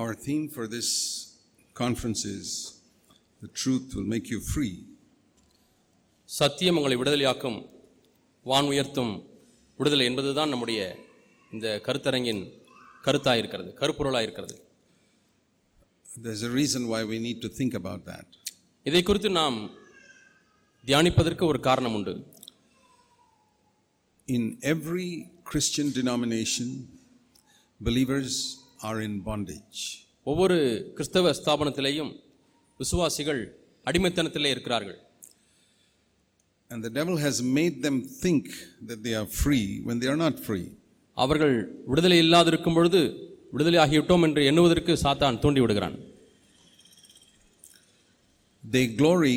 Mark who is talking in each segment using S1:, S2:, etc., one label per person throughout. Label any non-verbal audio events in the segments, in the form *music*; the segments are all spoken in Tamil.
S1: Our theme for this conference is The Truth Will Make You Free.
S2: சத்தியம் உங்களை விடுதலையாக்கும் வான் உயர்த்தும் விடுதலை என்பதுதான் நம்முடைய இந்த கருத்தரங்கின் கருத்தாக இருக்கிறது கருப்பொருளாக இருக்கிறது
S1: There's a reason why we need to think about that.
S2: இதை குறித்து நாம் தியானிப்பதற்கு ஒரு காரணம் உண்டு
S1: In every Christian denomination, believers are in bondage.
S2: ஒவ்வொரு கிறிஸ்தவ ஸ்தாபனத்திலேயும் விசுவாசிகள் அடிமைத்தனத்திலே இருக்கிறார்கள்
S1: And the devil has made them think that they are free when they are not free.
S2: அவர்கள் விடுதலை இல்லாதிருக்கும் பொழுது விடுதலை ஆகிவிட்டோம் என்று எண்ணுவதற்கு சாத்தான் தூண்டி விடுகிறான்
S1: They glory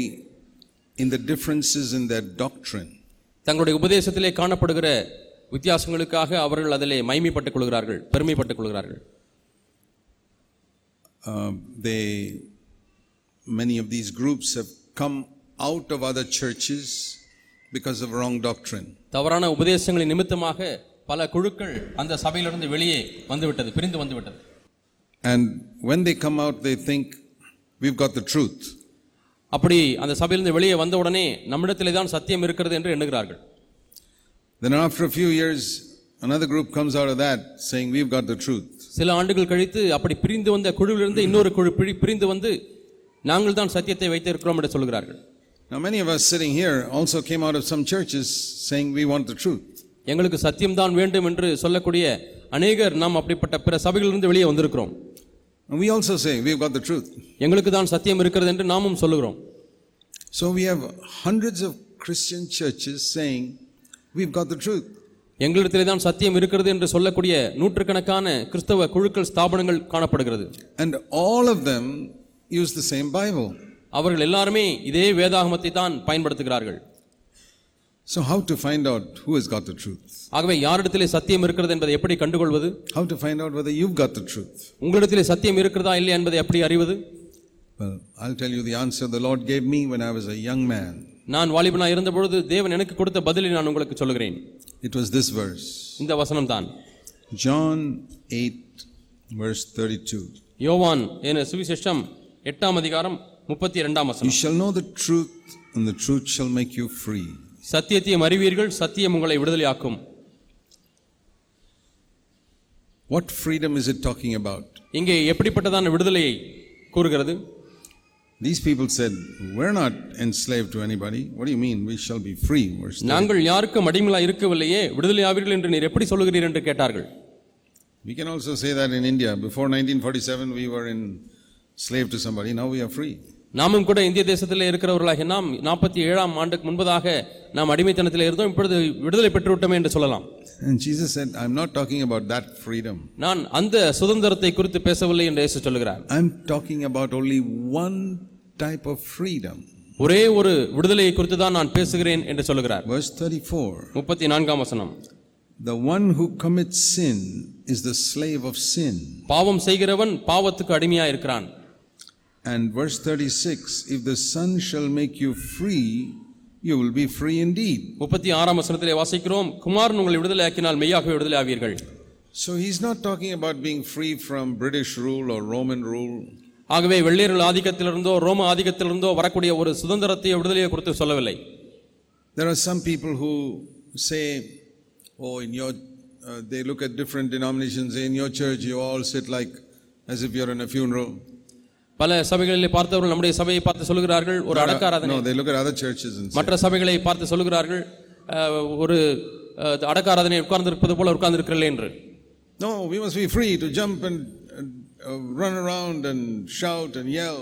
S1: in the differences in their doctrine.
S2: தங்களுடைய உபதேசத்திலே காணப்படுகிற வித்தியாசங்களுக்காக அவர்கள் அதிலே மைமைப்பட்டுக் கொள்கிறார்கள் பெருமைப்பட்டுக் கொள்கிறார்கள்
S1: Um, they, many of these groups have come out of other churches because of wrong doctrine.
S2: தவறான உபதேசங்களின் நிமித்தமாக பல குழுக்கள் அந்த சபையிலிருந்து வெளியே வந்துவிட்டது பிரிந்து வந்துவிட்டது
S1: And when they come out, they think, we've got the truth.
S2: அப்படி அந்த சபையிலிருந்து வெளியே வந்த உடனே நம்மிடத்திலே தான் சத்தியம் இருக்கிறது என்று எண்ணுகிறார்கள்
S1: Then after a few years, another group comes out of that saying, We've got the truth.
S2: சில ஆண்டுகள் கழித்து அப்படி பிரிந்து வந்த குழுவிலிருந்து இன்னொரு குழு பிரி பிரிந்து வந்து நாங்கள் தான் சத்தியத்தை வைத்திருக்கிறோம் என்று சொல்கிறார்கள்
S1: Now, many of us sitting here also came out of some churches saying, We want the truth.
S2: எங்களுக்கு சத்தியம்தான் வேண்டும் என்று சொல்லக்கூடிய அநேகர் நாம் அப்படிப்பட்ட பிற சபைகளிலிருந்து வெளியே வந்திருக்கிறோம்
S1: And we also say, We've got the truth.
S2: எங்களுக்கு தான் சத்தியம் இருக்கிறது என்று நாமும் சொல்லுகிறோம்
S1: So we have hundreds of Christian churches saying, We've got the truth.
S2: எங்களிடத்திலே தான் சத்தியம் இருக்கிறது என்று சொல்லக்கூடிய நூற்றுக்கணக்கான கிறிஸ்தவ குழுக்கள் ஸ்தாபனங்கள் காணப்படுகிறது
S1: And all of them use the same Bible.
S2: அவர்கள் எல்லாருமே இதே வேதாகமத்தை தான் பயன்படுத்துகிறார்கள்
S1: So, how to find out who has got the truth?
S2: ஆகவே யாரிடத்திலே சத்தியம் இருக்கிறது என்பதை எப்படி கண்டுகொள்வது
S1: How to find out whether you've got the truth?
S2: உங்களிடத்திலே சத்தியம் இருக்கிறதா இல்லையா என்பதை எப்படி அறிவது
S1: Well, I'll tell you the answer the Lord gave me when I was a young man.
S2: நான் வாலிபனாக இருந்தபொழுது தேவன் எனக்கு கொடுத்த பதிலை நான் உங்களுக்கு சொல்லுகிறேன்
S1: It was this verse.
S2: இந்த வசனம்தான்
S1: John 8, verse 32.
S2: யோவான் என சுவிசேஷம் எட்டாம் அதிகாரம் முப்பத்தி இரண்டாம்
S1: You
S2: வசனம்
S1: shall know the truth, and the truth shall make you free.
S2: சத்தியத்தையும் அறிவீர்கள் சத்தியம் உங்களை விடுதலையாக்கும்
S1: What freedom is it talking about?
S2: இங்கே எப்படிப்பட்டதான விடுதலையை கூறுகிறது
S1: These people said, We're not enslaved to anybody. What do you mean? We shall be free. Verse 30.
S2: நாங்கள் யாருக்கும் அடிமையாக இருக்கவில்லையே விடுதலையாவீர்கள் என்று நீர் எப்படி சொல்லுகிறீர் என்று கேட்டார்கள்
S1: We can also say that in India. Before 1947, we were in slave to somebody. Now we are free.
S2: நாமும் கூட இந்திய தேசத்திலே இருக்கிறவர்களாகிய நாம் நாற்பத்தி ஏழாம் ஆண்டுக்கு முன்பதாக நாம் அடிமைத்தனத்தில் இருந்தோம் இப்பொழுது விடுதலை பெற்றுவிட்டோமே என்று சொல்லலாம்
S1: And Jesus said, I'm not talking about that freedom.
S2: நான் அந்த சுதந்திரத்தை குறித்து பேசவில்லை என்று இயேசு சொல்கிறார்
S1: I'm talking about only one type of freedom.
S2: ஒரே ஒரு விடுதலையை குறித்து தான் நான் பேசுகிறேன் என்று சொல்கிறார்
S1: Verse 34.
S2: முப்பத்தி நான்காம் வசனம்
S1: The one who commits sin is the slave of sin.
S2: பாவம் செய்கிறவன் பாவத்துக்கு அடிமையா இருக்கிறான்
S1: And verse 36 If the Son shall make you free, you will be free indeed.
S2: முப்பத்தி ஆறாம் வசனத்திலே வாசிக்கிறோம் குமாரன் உங்களை விடுதலை ஆக்கினால் மெய்யாகவே விடுதலை ஆவீர்கள்
S1: So he's not talking about being free from British rule or Roman rule.
S2: ஆகவே வெள்ளையர்கள் ஆதிக்கத்திலிருந்தோ ரோம ஆதிக்கத்திலிருந்தோ வரக்கூடிய ஒரு சுதந்திரத்தை விடுதலையை குறித்து சொல்லவில்லை
S1: There are some people who say, Oh, in your, uh, they look at different denominations, in your church, you all sit like as if you're in a funeral.
S2: பல சபைகளிலே பார்த்தவர்கள் நம்முடைய சபையை பார்த்து சொல்கிறார்கள் ஒரு அடக்காராதனை
S1: No, they look at other churches and say,
S2: மற்ற சபைகளை பார்த்து சொல்கிறார்கள் அஹ், ஒரு அஹ், அடக்காராதனை உட்கார்ந்திருப்பது போல உட்கார்ந்திருக்கிறீர்கள் என்று
S1: No, we must be free to jump and, and uh, run around and shout and yell.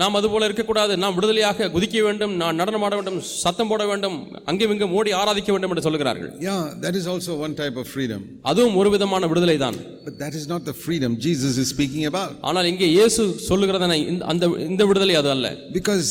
S2: நாம் அதுபோல இருக்கக்கூடாது நாம் விடுதலையாக குதிக்க வேண்டும் நான் நடனமாட வேண்டும் சத்தம் போட வேண்டும் அங்கேயும் இங்கும் ஓடி ஆராதிக்க வேண்டும் என்று சொல்கிறார்கள்
S1: Yeah, that is also one type of freedom.
S2: அதுவும் ஒரு விதமான விடுதலை தான்
S1: But that is not the freedom Jesus is speaking about.
S2: ஆனால் இங்கே இயேசு சொல்லுகிறதனை இந்த- அந்த இந்த விடுதலை அது அல்ல
S1: Because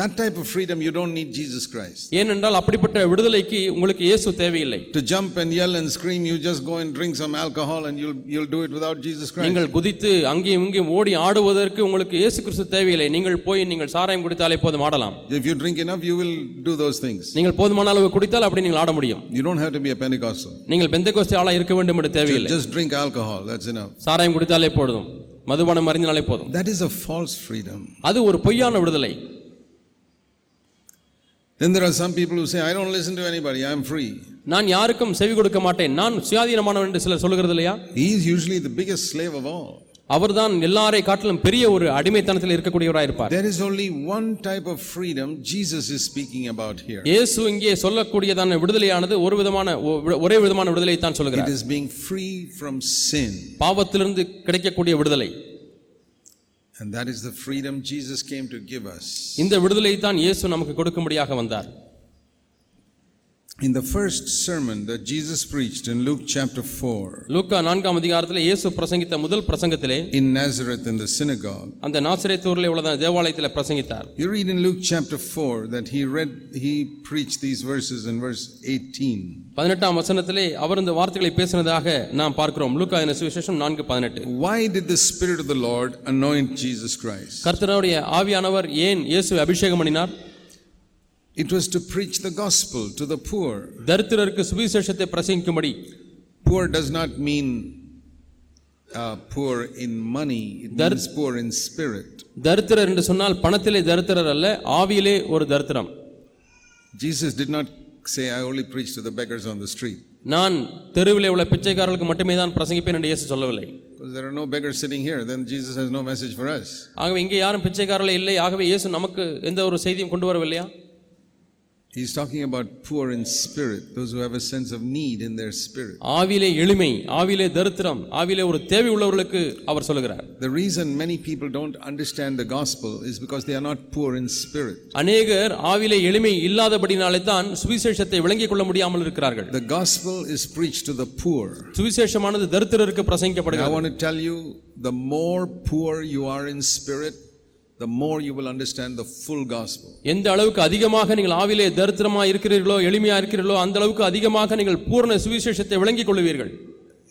S1: that type of freedom, you don't need Jesus Christ.
S2: ஏனென்றால் அப்படிப்பட்ட விடுதலைக்கு உங்களுக்கு இயேசு தேவையில்லை
S1: To jump and yell and scream, you just go and drink some alcohol and you'll, you'll do it without Jesus Christ.
S2: நீங்கள் குதித்து அங்கேயும் இங்கேயும் ஓடி ஆடுவதற்கு உங்களுக்கு இயேசு கிறிஸ்து தேவையில்லை நீங்கள் போய் நீங்கள் சாராயம் குடித்தாலே போதும் ஆடலாம்
S1: If you drink enough, you will do those things.
S2: நீங்கள் போதுமான அளவு குடித்தால் அப்படி நீங்கள் ஆட முடியும்
S1: You don't have to be a Pentecostal.
S2: நீங்கள் பெந்தகோஸ்தே ஆளா இருக்க வேண்டும் என்று தேவையில்லை
S1: Just drink alcohol, that's enough.
S2: சாராயம் குடித்தாலே போதும் மதுபானம் அறிஞ்சினாலே போதும்
S1: That is a false freedom.
S2: அது ஒரு பொய்யான விடுதலை
S1: Then there are some people who say, I don't listen to anybody, I'm free.
S2: நான் யாருக்கும் செவி கொடுக்க மாட்டேன் நான் சுயாதீனமானவன் என்று சிலர் சொல்லுகிறது இல்லையா
S1: He is usually the biggest slave of all.
S2: அவர்தான் எல்லாரை காட்டிலும் பெரிய ஒரு அடிமைத்தனத்தில் இருக்கக்கூடியவராக இருப்பார்
S1: There is only one type of freedom Jesus is speaking about here
S2: இயேசு இங்கே சொல்லக்கூடியதான விடுதலையானது ஒரு விதமான ஒ- ஒரே விதமான விடுதலையை தான்
S1: it
S2: சொல்கிறார்
S1: is being free from sin.
S2: பாவத்திலிருந்து கிடைக்கக்கூடிய விடுதலை
S1: And that is the freedom Jesus came to give us.
S2: இந்த விடுதலையை தான் இயேசு நமக்கு கொடுக்கும்படியாக வந்தார்
S1: In the first sermon that Jesus preached in Luke chapter 4,
S2: லூக்கா நான்காம் அதிகாரத்தில் இயேசு பிரசங்கித்த முதல் பிரசங்கத்திலே
S1: in Nazareth in the synagogue,
S2: அந்த நாசிரியத்தூரில் உள்ள தேவாலயத்தில் பிரசங்கித்தார்
S1: you read in Luke chapter 4 that he read, he preached these verses in verse 18.
S2: பதினெட்டாம் வசனத்திலே அவர் இந்த வார்த்தைகளை பேசினதாக நாம் பார்க்கிறோம் லூக்கா என சுவிசேஷம் நான்கு பதினெட்டு
S1: Why did the Spirit of the Lord anoint Jesus Christ?
S2: கர்த்தருடைய ஆவியானவர் ஏன் இயேசுவை அபிஷேகம் பண்ணினார்
S1: It was to preach the gospel to the poor.
S2: தரித்திரருக்கு சுவிசேஷத்தை பிரசங்கிக்கும்படி
S1: Poor does not mean uh, poor in money, it
S2: Dar-
S1: means poor in spirit.
S2: தரித்திரர் என்று சொன்னால் பணத்திலே தரித்திரர் அல்ல ஆவியிலே ஒரு தரித்திரம்
S1: Jesus did not say, I only preach to the beggars on the street,
S2: நான் தெருவிலே உள்ள பிச்சைக்காரர்களுக்கு மட்டுமே தான் பிரசங்கிப்பேன் என்று இயேசு சொல்லவில்லை
S1: because there are no beggars sitting here, then Jesus has no message for us.
S2: ஆகவே இங்கே யாரும் பிச்சைக்காரர்களே இல்லை ஆகவே இயேசு நமக்கு எந்த ஒரு செய்தியும் கொண்டு வரவில்லையா
S1: He's talking about poor in spirit, those who have a sense of need in their spirit.
S2: ஆவிலே எளிமை ஆவிலே தரித்திரம் ஆவிலே ஒரு தேவை உள்ளவர்களுக்கு அவர் சொல்லுகிறார்
S1: The reason many people don't understand the gospel is because they are not poor in spirit.
S2: அநேகர் ஆவிலே எளிமை இல்லாதபடினாலே தான் சுவிசேஷத்தை விளங்கிக் கொள்ள முடியாமல் இருக்கிறார்கள்
S1: The gospel is preached to the poor.
S2: சுவிசேஷமானது தரித்திரருக்கு
S1: And I
S2: பிரசங்கிக்கப்படுகிறது
S1: want to tell you the more poor you are in spirit, the more you will understand the full gospel.
S2: எந்த அளவுக்கு அதிகமாக நீங்கள் ஆவிலே தரித்திரமா இருக்கிறீர்களோ எளிமையா இருக்கிறீர்களோ அந்த அளவுக்கு அதிகமாக நீங்கள் பூரண சுவிசேஷத்தை விளங்கிக் கொள்வீர்கள்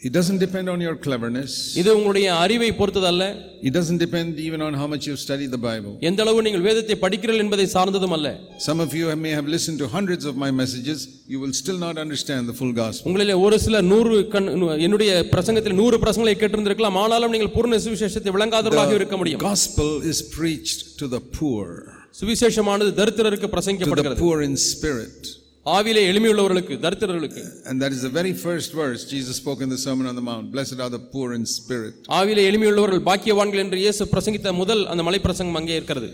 S1: It doesn't depend on your cleverness,
S2: இது உங்களுடைய அறிவை பொறுத்ததல்ல
S1: it doesn't depend even on how much you've studied the Bible.
S2: எந்த அளவு நீங்கள் வேதத்தை படிக்கிறீர்கள் என்பதை சார்ந்ததும் அல்ல
S1: Some of you may have listened to hundreds of my messages, you will still not understand the full gospel.
S2: உங்களிலே ஒரு சில நூறு கண் என்னுடைய பிரசங்கத்தில் நூறு பிரசங்களை கேட்டிருந்திருக்கலாம் ஆனாலும் நீங்கள் பூர்ண சுவிசேஷத்தை விளங்காதவர்களாக இருக்க முடியும்
S1: Gospel is preached to the poor,
S2: சுவிசேஷமானது தரித்திரருக்கு
S1: to the
S2: பிரசங்கிக்கப்படுகிறது
S1: poor in spirit.
S2: ஆவிலே எளிமையுள்ளவர்களுக்கு தரித்திரர்களுக்கு
S1: And that is the very first verse Jesus spoke in the Sermon on the Mount Blessed are the poor in spirit.
S2: ஆவிலே எளிமையுள்ளவர்கள் பாக்கியவான்கள் என்று இயேசு பிரசங்கித்த முதல் அந்த மலை பிரசங்கம் அங்கே இருக்கிறது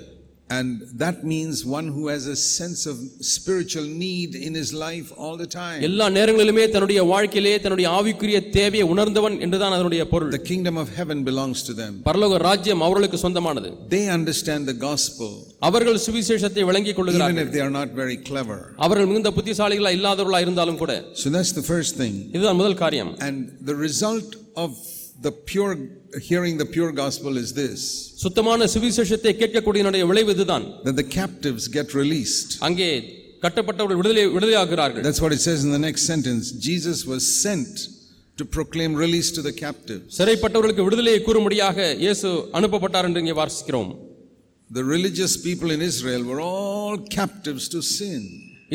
S1: And that means one who has a sense of spiritual need in his life all the time.
S2: எல்லா நேரங்களிலுமே தன்னுடைய வாழ்க்கையிலே தன்னுடைய ஆவிக்குரிய தேவையை உணர்ந்தவன் என்றுதான் அதனுடைய பொருள்
S1: The kingdom of heaven belongs to them.
S2: பரலோக ராஜ்யம் அவர்களுக்கு சொந்தமானது
S1: They understand the gospel,
S2: அவர்கள் சுவிசேஷத்தை விளங்கிக்
S1: even
S2: கொள்கிறார்கள்
S1: if they are not very clever.
S2: அவர்கள் மிகுந்த புத்திசாலிகளா இல்லாதவர்களா இருந்தாலும் கூட
S1: So that's the first thing.
S2: இதுதான் முதல் காரியம்
S1: And the result of the pure hearing the pure gospel is this
S2: சுத்தமான சுவிசேஷத்தை கேட்கக்கூடியனுடைய விளைவு இதுதான்
S1: that the captives get released.
S2: அங்கே கட்டப்பட்டவர்கள் விடுதலை விடுதலையாகிறார்கள்
S1: That's what it says in the next sentence. Jesus was sent to proclaim release to the captives.
S2: சிறைப்பட்டவர்களுக்கு விடுதலையை கூறும்படியாக இயேசு அனுப்பப்பட்டார் என்று இங்கே வாசிக்கிறோம்
S1: The religious people in Israel were all captives to sin.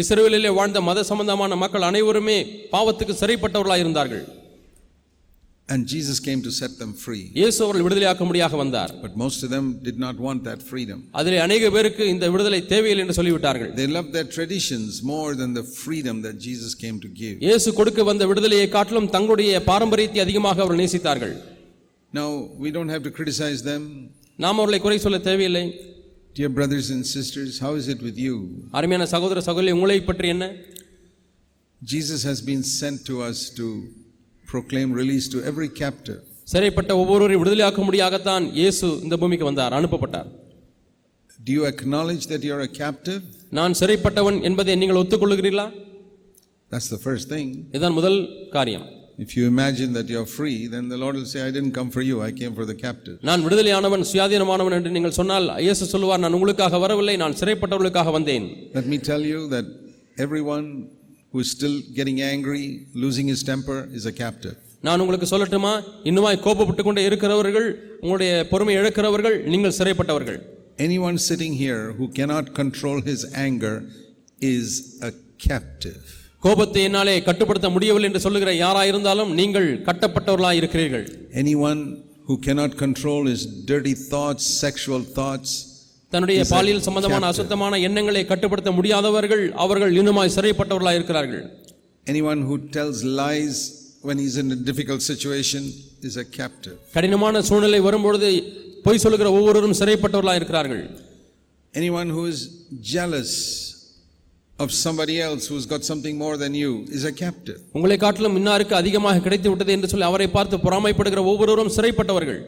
S2: இஸ்ரேலிலே வாழ்ந்த மத சம்பந்தமான மக்கள் அனைவருமே பாவத்துக்கு சிறைப்பட்டவர்களாக இருந்தார்கள்
S1: And Jesus came to set them free.
S2: இயேசு அவர்கள் விடுதலையாக்கும்படியாக வந்தார்
S1: But most of them did not want that freedom.
S2: அதிலே அநேக பேருக்கு இந்த விடுதலை தேவையில்லை என்று சொல்லிவிட்டார்கள்
S1: They loved their traditions more than the freedom that Jesus came to give.
S2: இயேசு கொடுக்க வந்த விடுதலையை காட்டிலும் தங்களுடைய பாரம்பரியத்தை அதிகமாக அவர்கள் நேசித்தார்கள்
S1: Now, we don't have to criticize them.
S2: நாம் அவர்களை குறை சொல்ல தேவையில்லை
S1: Dear brothers and sisters, how is it with you?
S2: அருமையான சகோதர சகோதரி உங்களை பற்றி என்ன
S1: Jesus has been sent to us to proclaim release to every captive.
S2: சிறைப்பட்ட ஒவ்வொருவரையும் விடுதலையாக்கும்படியாகத்தான் இயேசு இந்த பூமிக்கு வந்தார் அனுப்பப்பட்டார்
S1: Do you acknowledge that you're a captive?
S2: நான் சிறைப்பட்டவன் என்பதை நீங்கள் ஒத்துக்கொள்கிறீர்களா
S1: That's the first thing.
S2: இதுதான் முதல் காரியம்
S1: If you imagine that you're free, then the Lord will say, I didn't come for you, I came for the captive.
S2: நான் விடுதலையானவன் சுயாதீனமானவன் என்று நீங்கள் சொன்னால் இயேசு சொல்லுவார் நான் உங்களுக்காக வரவில்லை நான் சிறைப்பட்டவர்களுக்காக வந்தேன்
S1: Let me tell you that everyone who is still getting angry, losing his temper, is a captive.
S2: நான் உங்களுக்கு சொல்லட்டுமா இன்னுமாய் கோபப்பட்டு கொண்டே இருக்கிறவர்கள் உங்களுடைய பொறுமை இழக்கிறவர்கள் நீங்கள் சிறைப்பட்டவர்கள்
S1: Anyone sitting here who cannot control his anger is a captive.
S2: கோபத்தை என்னாலே கட்டுப்படுத்த முடியவில்லை என்று சொல்லுகிற யாராயிருந்தாலும் நீங்கள் கட்டப்பட்டவர்களாய் இருக்கிறீர்கள்
S1: Anyone who cannot control his dirty thoughts, sexual thoughts.
S2: தன்னுடைய பாலியல் சம்பந்தமான அசுத்தமான எண்ணங்களை கட்டுப்படுத்த முடியாதவர்கள் அவர்கள் இன்னுமாய் சிறைப்பட்டவர்களாக இருக்கிறார்கள்
S1: Anyone who tells lies when he's in a difficult situation is a captive.
S2: கடினமான சூழ்நிலை வரும்பொழுது பொய் சொல்லுகிற ஒவ்வொருவரும் சிறைப்பட்டவர்களாக இருக்கிறார்கள்
S1: Anyone who is jealous of somebody else who's got something more than you is a captive.
S2: உங்களை காட்டிலும் இன்னாருக்கு அதிகமாக கிடைத்து விட்டது என்று சொல்லி அவரை பார்த்து பொறாமைப்படுகிற ஒவ்வொருவரும் சிறைப்பட்டவர்கள்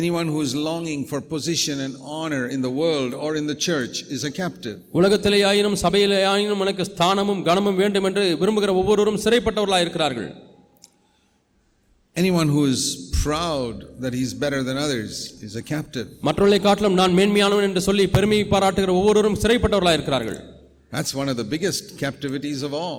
S1: Anyone who is longing for position and honor in the world or in the church is a captive.
S2: உலகத்திலே ஆயினும் சபையிலே ஆயினும் எனக்கு ஸ்தானமும் கனமும் வேண்டும் என்று விரும்புகிற ஒவ்வொருவரும் சிறைப்பட்டவர்களாக இருக்கிறார்கள்
S1: Anyone who is proud that he's better than others is a captive.
S2: மற்றவர்களை காட்டிலும் நான் மேன்மையானவன் என்று சொல்லி பெருமை பாராட்டுகிற ஒவ்வொருவரும் சிறைப்பட்டவர்களாக இருக்கிறார்கள்
S1: That's one of the biggest captivities of all.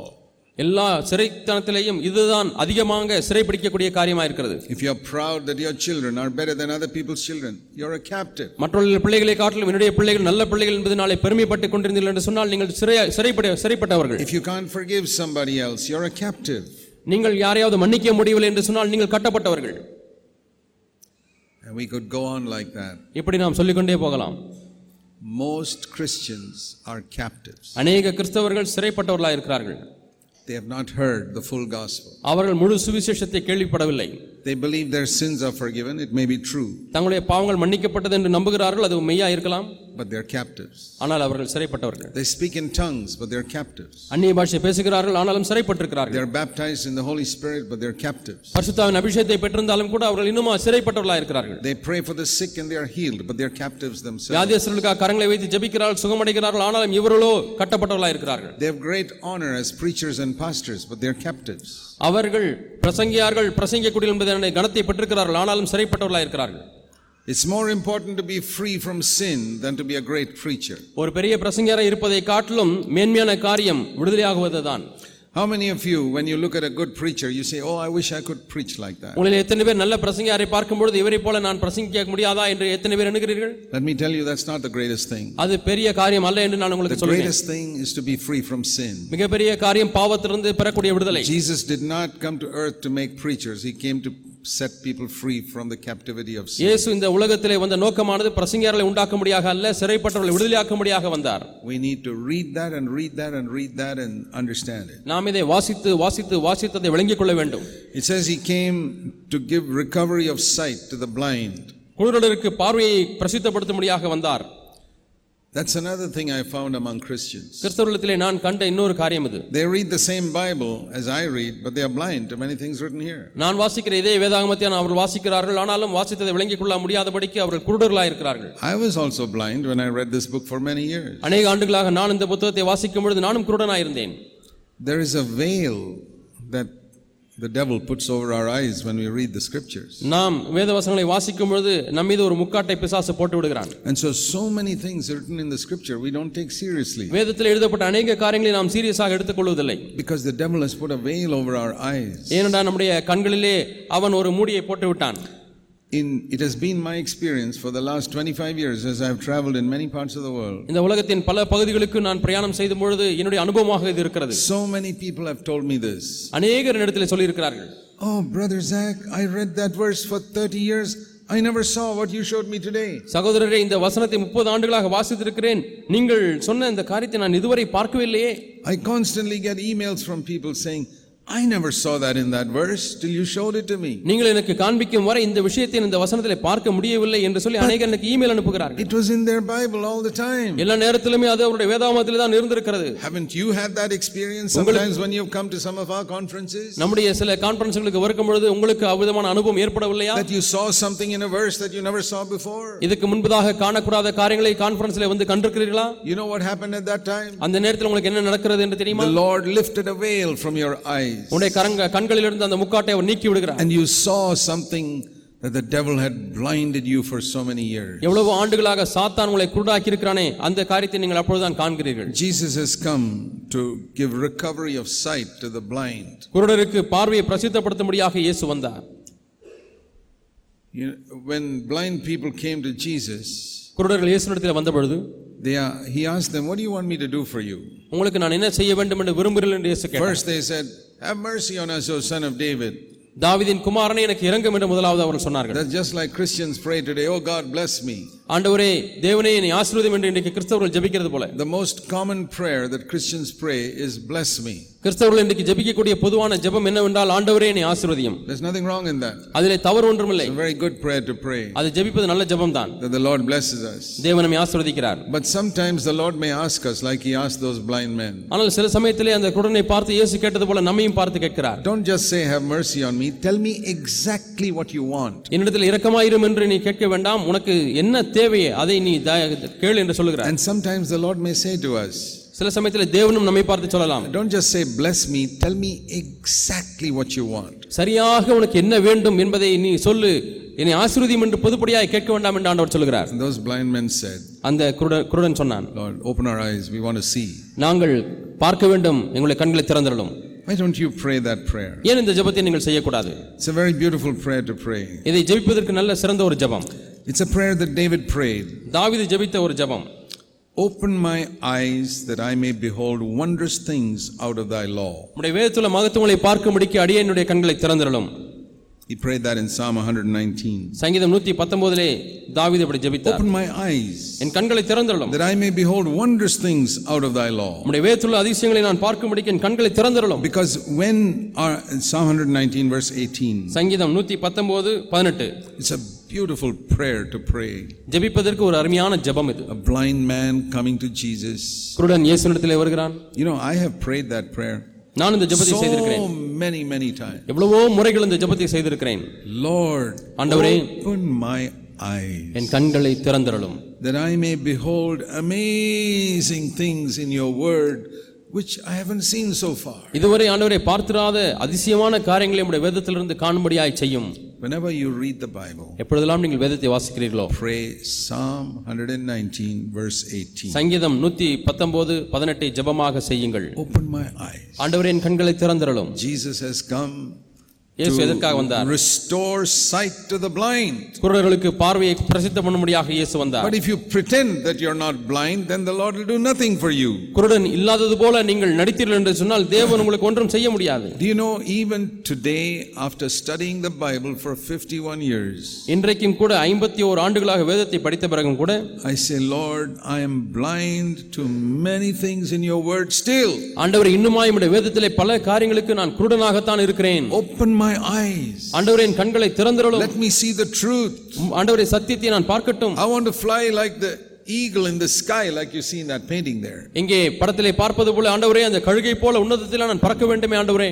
S2: எல்லா சிறைத்தனத்திலேயும் இதுதான் அதிகமாக சிறைப்பிடிக்கக்கூடிய காரியமாக இருக்கிறது
S1: If you're proud that your children are better than other people's children, you're a captive.
S2: மற்றவர்கள் பிள்ளைகளை காட்டிலும் என்னுடைய பிள்ளைகள் நல்ல பிள்ளைகள் என்பதனாலே பெருமைப்பட்டுக் கொண்டிருந்தீர்கள் என்று சொன்னால் நீங்கள் சிறை சிறைப்பட சிறைப்பட்டவர்கள்
S1: If you can't forgive somebody else, you're a captive.
S2: நீங்கள் யாரையாவது மன்னிக்க முடியவில்லை என்று சொன்னால் நீங்கள் கட்டப்பட்டவர்கள்
S1: And we could go on like that.
S2: இப்படி நாம் சொல்லிக்கொண்டே போகலாம்
S1: Most Christians are captives.
S2: அநேக கிறிஸ்தவர்கள் சிறைப்பட்டவர்களாக இருக்கிறார்கள்
S1: They have not heard the full gospel.
S2: அவர்கள் முழு சுவிசேஷத்தை கேள்விப்படவில்லை
S1: They believe their sins are forgiven, it may be true,
S2: தங்களுடைய பாவங்கள் மன்னிக்கப்பட்டது என்று நம்புகிறார்கள் அது மெய்யா இருக்கலாம்
S1: but they're captives.
S2: ஆனால் அவர்கள் சிறைப்பட்டவர்கள்
S1: They speak in tongues, but they're captives.
S2: அந்நிய பாஷை பேசுகிறார்கள் ஆனாலும் சிறைப்பட்டிருக்கிறார்கள்
S1: They're baptized in the Holy Spirit, but they're captives.
S2: பரிசுத்தாவின் அபிஷேகத்தை பெற்றிருந்தாலும் கூட அவர்கள் இன்னுமா சிறைப்பட்டவர்களாக இருக்கிறார்கள்
S1: They pray for the sick and they are healed, but they're captives themselves.
S2: வியாதியஸ்தர்களுக்காக கரங்களை வைத்து ஜெபிக்கிறார்கள் சுகமடைகிறார்கள் ஆனாலும் இவர்களோ கட்டப்பட்டவர்களாக இருக்கிறார்கள்
S1: They have great honor as preachers and pastors, but they're captives.
S2: அவர்கள் பிரசங்கியார்கள் பிரசங்கியக்கூடிய என்பதான கணத்தை பெற்றிருக்கிறார்கள் ஆனாலும் சிறைப்பட்டவர்களாக இருக்கிறார்கள்
S1: It's more important to be free from sin than to be a great preacher.
S2: ஒரு பெரிய பிரசங்கியாராக இருப்பதை காட்டிலும் மேன்மையான காரியம் விடுதலையாகுவதுதான்
S1: How many of you, when you look at a good preacher, you say, Oh, I wish I could preach like that?
S2: உங்களில் எத்தனை பேர் நல்ல பிரசங்கியாரை பார்க்கும்பொழுது இவரை போல நான் பிரசங்கிக்க முடியாதா என்று எத்தனை பேர் எண்ணுகிறீர்கள்
S1: Let me tell you, that's not the greatest thing.
S2: அது பெரிய காரியம் அல்ல என்று நான்
S1: The
S2: உங்களுக்கு சொல்கிறேன்
S1: greatest thing is to be free from sin.
S2: மிகப்பெரிய காரியம் பாவத்திலிருந்து பெறக்கூடிய விடுதலை
S1: Jesus did not come to earth to make preachers, he came to set people free from the captivity of sin.
S2: இயேசு இந்த உலகத்திலே வந்த நோக்கமானது பிரசங்கியார்களை உண்டாக்கும்படியாக அல்ல சிறைப்பட்டவர்களை விடுதலையாக்கும்படியாக வந்தார்
S1: We need to read that and read that and read that and understand it.
S2: நாம் இதை வாசித்து வாசித்து வாசித்ததை விளங்கிக் கொள்ள வேண்டும்
S1: It says he came to give recovery of sight to the blind.
S2: குருடருக்கு பார்வையை பிரசித்தப்படுத்தும்படியாக வந்தார்
S1: That's another thing I found among Christians.
S2: கிறிஸ்தவர்களிடத்திலே நான் கண்ட இன்னொரு காரியம் இது
S1: They read the same Bible as I read, but they are blind to many things written here.
S2: நான் வாசிக்கிற இதே வேதாகமத்தியான அவர்கள் வாசிக்கிறார்கள் ஆனாலும் வாசித்ததை விளங்கிக் கொள்ள முடியாதபடிக்கு அவர்கள் குருடர்களாக இருக்கிறார்கள்
S1: I was also blind when I read this book for many years.
S2: அநேக ஆண்டுகளாக நான் இந்த புத்தகத்தை வாசிக்கும் பொழுது நானும் குருடனாக இருந்தேன்
S1: There is a veil that the devil puts over our eyes when we read the scriptures.
S2: நாம் வேதவசனங்களை வாசிக்கும் பொழுது நம் மீது ஒரு முக்காட்டை பிசாசு போட்டு விடுகிறான்
S1: And so, so many things written in the scripture we don't take seriously
S2: வேதத்தில் எழுதப்பட்ட அநேக காரியங்களை நாம் சீரியஸாக எடுத்துக்கொள்வதில்லை
S1: because the devil has put a veil over our eyes.
S2: ஏனென்றால் நம்முடைய கண்களிலே அவன் ஒரு மூடியை போட்டு விட்டான்
S1: In, it has been my experience for the last 25 years as I've traveled in many parts of the world.
S2: இந்த உலகத்தின் பல பகுதிகளுக்கு நான் பிரயாணம் செய்த பொழுது என்னுடைய அனுபவமாக இது இருக்கிறது
S1: So many people have told me this.
S2: அநேகர் இடத்துல சொல்லியிருக்கிறார்கள்
S1: Oh, Brother Zach, I read that verse for 30 years. I never saw what you showed me today.
S2: சகோதரரே இந்த வசனத்தை முப்பது ஆண்டுகளாக வாசித்திருக்கிறேன் நீங்கள் சொன்ன இந்த காரியத்தை நான் இதுவரை பார்க்கவில்லையே
S1: I constantly get emails from people saying, I never saw that in that verse till you showed it to me.
S2: நீங்கள் எனக்கு காண்பிக்கும் வரை இந்த விஷயத்தை நான் இந்த வசனத்திலே பார்க்க முடியவில்லை என்று சொல்லி அநேகர் எனக்கு இமெயில் அனுப்புகிறார்கள்
S1: It was in their Bible all the time.
S2: எல்லா நேரத்திலுமே அது அவருடைய வேதாமத்திலே தான் இருந்திருக்கிறது
S1: Haven't you had that experience sometimes when you've come to some of our conferences?
S2: நம்முடைய சில கான்பரன்ஸ்களுக்கு வரும் பொழுது உங்களுக்கு அவ்விதமான அனுபவம் ஏற்படவில்லையா
S1: That you saw something in a verse that you never saw before?
S2: இதுக்கு முன்பதாக காணக்கூடாத காரியங்களை கான்பரன்ஸ்ல வந்து கண்டிருக்கிறீர்களா
S1: You know what happened at that time?
S2: அந்த நேரத்தில் உங்களுக்கு என்ன நடக்கிறது என்று தெரியுமா
S1: The Lord lifted a veil from your eyes
S2: உன்னுடைய கரங்க கண்களிலிருந்து அந்த முக்காட்டை அவர் நீக்கி விடுகிறார்
S1: and you saw something that the devil had blinded you for so many years.
S2: எவ்வளவு ஆண்டுகளாக சாத்தான் உங்களை குருடாக்கி இருக்கிறானே அந்த காரியத்தை நீங்கள் அப்பொழுதுதான் காண்கிறீர்கள்
S1: Jesus has come to give recovery of sight to the blind.
S2: குருடருக்கு பார்வையை பிரசித்தப்படுத்தும்படியாக இயேசு வந்தார்
S1: You know, when blind people came to Jesus,
S2: குருடர்கள் இயேசுனிடத்தில் வந்த பொழுது
S1: they are, he asked them, What do you want me to do for you?
S2: உங்களுக்கு நான் என்ன செய்ய வேண்டும் என்று விரும்புகிறேன் என்று இயேசு கேட்டார்
S1: First, they said, Have mercy on us, O son of David.
S2: தாவீதின் குமாரனை எனக்கு இறங்கும் என்று முதலாவது அவர்கள் சொன்னார்கள்
S1: That's just like Christians pray today, oh God, bless me.
S2: ஆண்டவரே தேவனே என்னை ஆசீர்வதியும் என்று இன்றைக்கு கிறிஸ்தவர்கள் ஜெபிக்கிறது போல
S1: The most common prayer that Christians pray is, bless me.
S2: கிறிஸ்தவர்கள் இன்றைக்கு ஜெபிக்கக்கூடிய பொதுவான ஜெபம் என்னவென்றால் ஆண்டவரே என்னை ஆசீர்வதியும்
S1: There's nothing wrong in that.
S2: அதிலே தவறு ஒன்றுமில்லை
S1: It's a very good prayer to pray
S2: அது ஜெபிப்பது நல்ல ஜெபம் தான்
S1: that the Lord blesses us.
S2: தேவன் நம்மை ஆசீர்வதிக்கிறார்
S1: But sometimes the Lord may ask us, like He asked those blind men,
S2: ஆனால் சில சமயத்திலே அந்த குடனை பார்த்து இயேசு கேட்டது போல நம்மையும் பார்த்து கேட்கிறார்
S1: don't just say, have mercy on me, tell me exactly what you want.
S2: என்னிடத்தில் இரக்கமாயிரும் என்று நீ கேட்க வேண்டாம் உனக்கு என்ன தேவையே அதை நீ தய- கேள் என்று சொல்லுகிறார்
S1: And sometimes the Lord may say to us,
S2: சில சமயத்திலே தேவனும் நம்மை பார்த்து சொல்லலாம்
S1: don't just say, bless me, tell me exactly what you want.
S2: சரியாக உனக்கு என்ன வேண்டும் என்பதை நீ சொல்லு என்னை ஆசீர்வதியும் என்று பொதுப்படியாக கேட்க வேண்டாம் என்று ஆண்டவர் சொல்லுகிறார்
S1: And those blind men said,
S2: அந்த குருடன் குருடன் சொன்னான்
S1: Lord, open our eyes, we want to see.
S2: நாங்கள் பார்க்க வேண்டும் எங்களுடைய கண்களை திறந்திரலும்
S1: Why don't you pray that prayer?
S2: ஏன் இந்த ஜெபத்தை நீங்கள் செய்யக்கூடாது
S1: It's a very beautiful prayer to pray.
S2: இதை ஜெபிப்பதற்கு நல்ல சிறந்த ஒரு ஜெபம்
S1: It's a prayer that David prayed.
S2: தாவீது ஜெபித்த ஒரு ஜெபம்
S1: Open my eyes that I may behold wondrous things out of thy law.
S2: நம்முடைய வேதத்துள்ள மகத்துவங்களை பார்க்கும்படிக்கு அடியனுடைய கண்களை திறந்திரலும்
S1: He prayed that in Psalm 119.
S2: சங்கீதம் நூத்தி பத்தொன்பதிலே தாவீது இப்படி ஜெபித்தார்
S1: Open my eyes
S2: என் கண்களை திறந்திரலும்
S1: that I may behold wondrous things out of thy law.
S2: நம்முடைய வேதத்துள்ள அதிசயங்களை நான் பார்க்கும்படிக்கு என் கண்களை திறந்திரலும்
S1: Because when our Psalm 119 verse 18,
S2: சங்கீதம் நூத்தி பத்தொன்பது பதினெட்டு
S1: it's a beautiful prayer to pray.
S2: ஜெபிப்பதற்கு ஒரு அருமையான ஜெபம் இது
S1: A blind man coming to Jesus.
S2: குருடன் இயேசுனிடத்திலே வருகிறான்
S1: You know, I have prayed that prayer
S2: நான் இந்த ஜெபத்தை செய்திருக்கிறேன்
S1: so many, many times.
S2: எவ்வளவோ முறைகள் இந்த ஜெபத்தை செய்திருக்கிறேன்
S1: Lord,
S2: ஆண்டவரே
S1: open my eyes
S2: என் கண்களை திறந்திரலும்
S1: that I may behold amazing things in your word which I haven't seen so far.
S2: இதுவரை ஆண்டவரை பார்த்திராத அதிசயமான காரியங்களை நம்முடைய வேதத்திலிருந்து காணும்படியாய் செய்யும்
S1: Whenever you read the Bible,
S2: எப்பொழுதெல்லாம் நீங்கள் வேதத்தை வாசிக்கிறீர்களோ
S1: pray Psalm 119, verse 18.
S2: சங்கீதம் நூத்தி பத்தொன்பது பதினெட்டை ஜெபமாக செய்யுங்கள்
S1: Open my eyes.
S2: ஆண்டவரே என் கண்களை திறந்திரலும்
S1: Jesus has come
S2: இயேசு எதற்காக வந்தார்
S1: restore sight to the blind.
S2: குருடர்களுக்கு பார்வையை பிரசித்த பண்ணும்படியாக இயேசு வந்தார்
S1: But if you pretend that you're not blind, then the Lord will do nothing for you.
S2: குருடன் இல்லாதது போல நீங்கள் நடித்தீர்கள் என்று சொன்னால் தேவன் உங்களுக்கு ஒன்றும் செய்ய முடியாது
S1: Do you know, even today, after studying the Bible for 51 years,
S2: இன்றைக்கும் கூட ஐம்பத்தி ஓரு ஆண்டுகளாக வேதத்தை படித்த பிறகும் கூட
S1: I say, Lord, I am blind to many things in your word still.
S2: ஆண்டவர் இன்னுமாய் உம்முடைய வேதத்திலே பல காரியங்களுக்கு நான் குருடனாகத்தான் இருக்கிறேன்
S1: Open my eyes.
S2: ஆண்டவரே என் கண்களை திறந்திரலும்
S1: Let me see the truth.
S2: உம் ஆண்டவரே சத்தியத்தை நான் பார்க்கட்டும்
S1: I want to fly like the eagle in the sky, like you see in that painting there.
S2: இங்கே படத்திலே பார்ப்பது போல ஆண்டவரே அந்த கழுகை போல உன்னதத்திலே நான் பறக்க வேண்டுமே ஆண்டவரே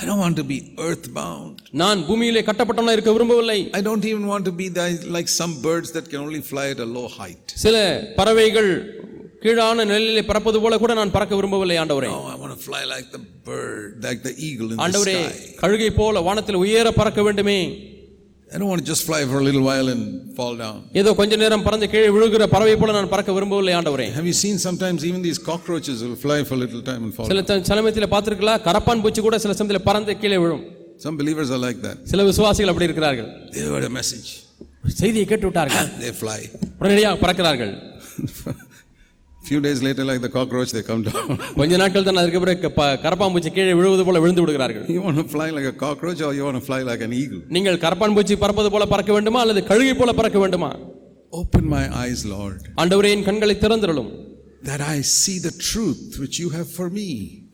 S1: I don't want to be earthbound.
S2: நான் பூமியிலே கட்டப்பட்டவனா இருக்க விரும்பவில்லை
S1: I don't even want to be thy- like some birds that can only fly at a low height.
S2: சில பறவைகள் கீழான நிலையிலே பறப்பது போல கூட நான் பறக்க விரும்பவில்லை ஆண்டவரே
S1: No, I want to fly like the bird, like the eagle in the
S2: ஆண்டவரே
S1: sky.
S2: கழுகை போல வானத்தில் உயர பறக்க வேண்டுமே
S1: I don't want to just fly for a little while and fall down.
S2: ஏதோ கொஞ்ச நேரம் பறந்து கீழே விழுகிற பறவை போல நான் பறக்க விரும்பவில்லை ஆண்டவரே
S1: Have you seen sometimes even these cockroaches will fly for a little time and fall down?
S2: சில த- சமயத்தில் பார்த்திருக்கலாம் கரப்பான் பூச்சி கூட சில சமயத்தில் பறந்து கீழே விழும்
S1: Some believers are like that.
S2: சில விசுவாசிகள் அப்படி இருக்கிறார்கள்
S1: They heard a message,
S2: செய்தியை கேட்டு விட்டார்கள்
S1: they fly. *laughs*
S2: உடனடியாக பறக்கிறார்கள்
S1: Few days later, like the cockroach, they come down. *laughs*
S2: கொஞ்ச நாட்கள் தான் அதுக்கு பிறகு ப- கரப்பான்பூச்சி கீழே விழுவது போல விழுந்து விடுகிறார்கள்
S1: you want to fly like a cockroach or you want to fly like an eagle?
S2: நீங்கள் கரப்பான்பூச்சி பறப்பது போல பறக்க வேண்டுமா அல்லது கழுகை போல பறக்க வேண்டுமா
S1: Open my eyes, Lord,
S2: ஆண்டவரே என் கண்களை திறந்திரலும்
S1: that I see the truth which you have for me.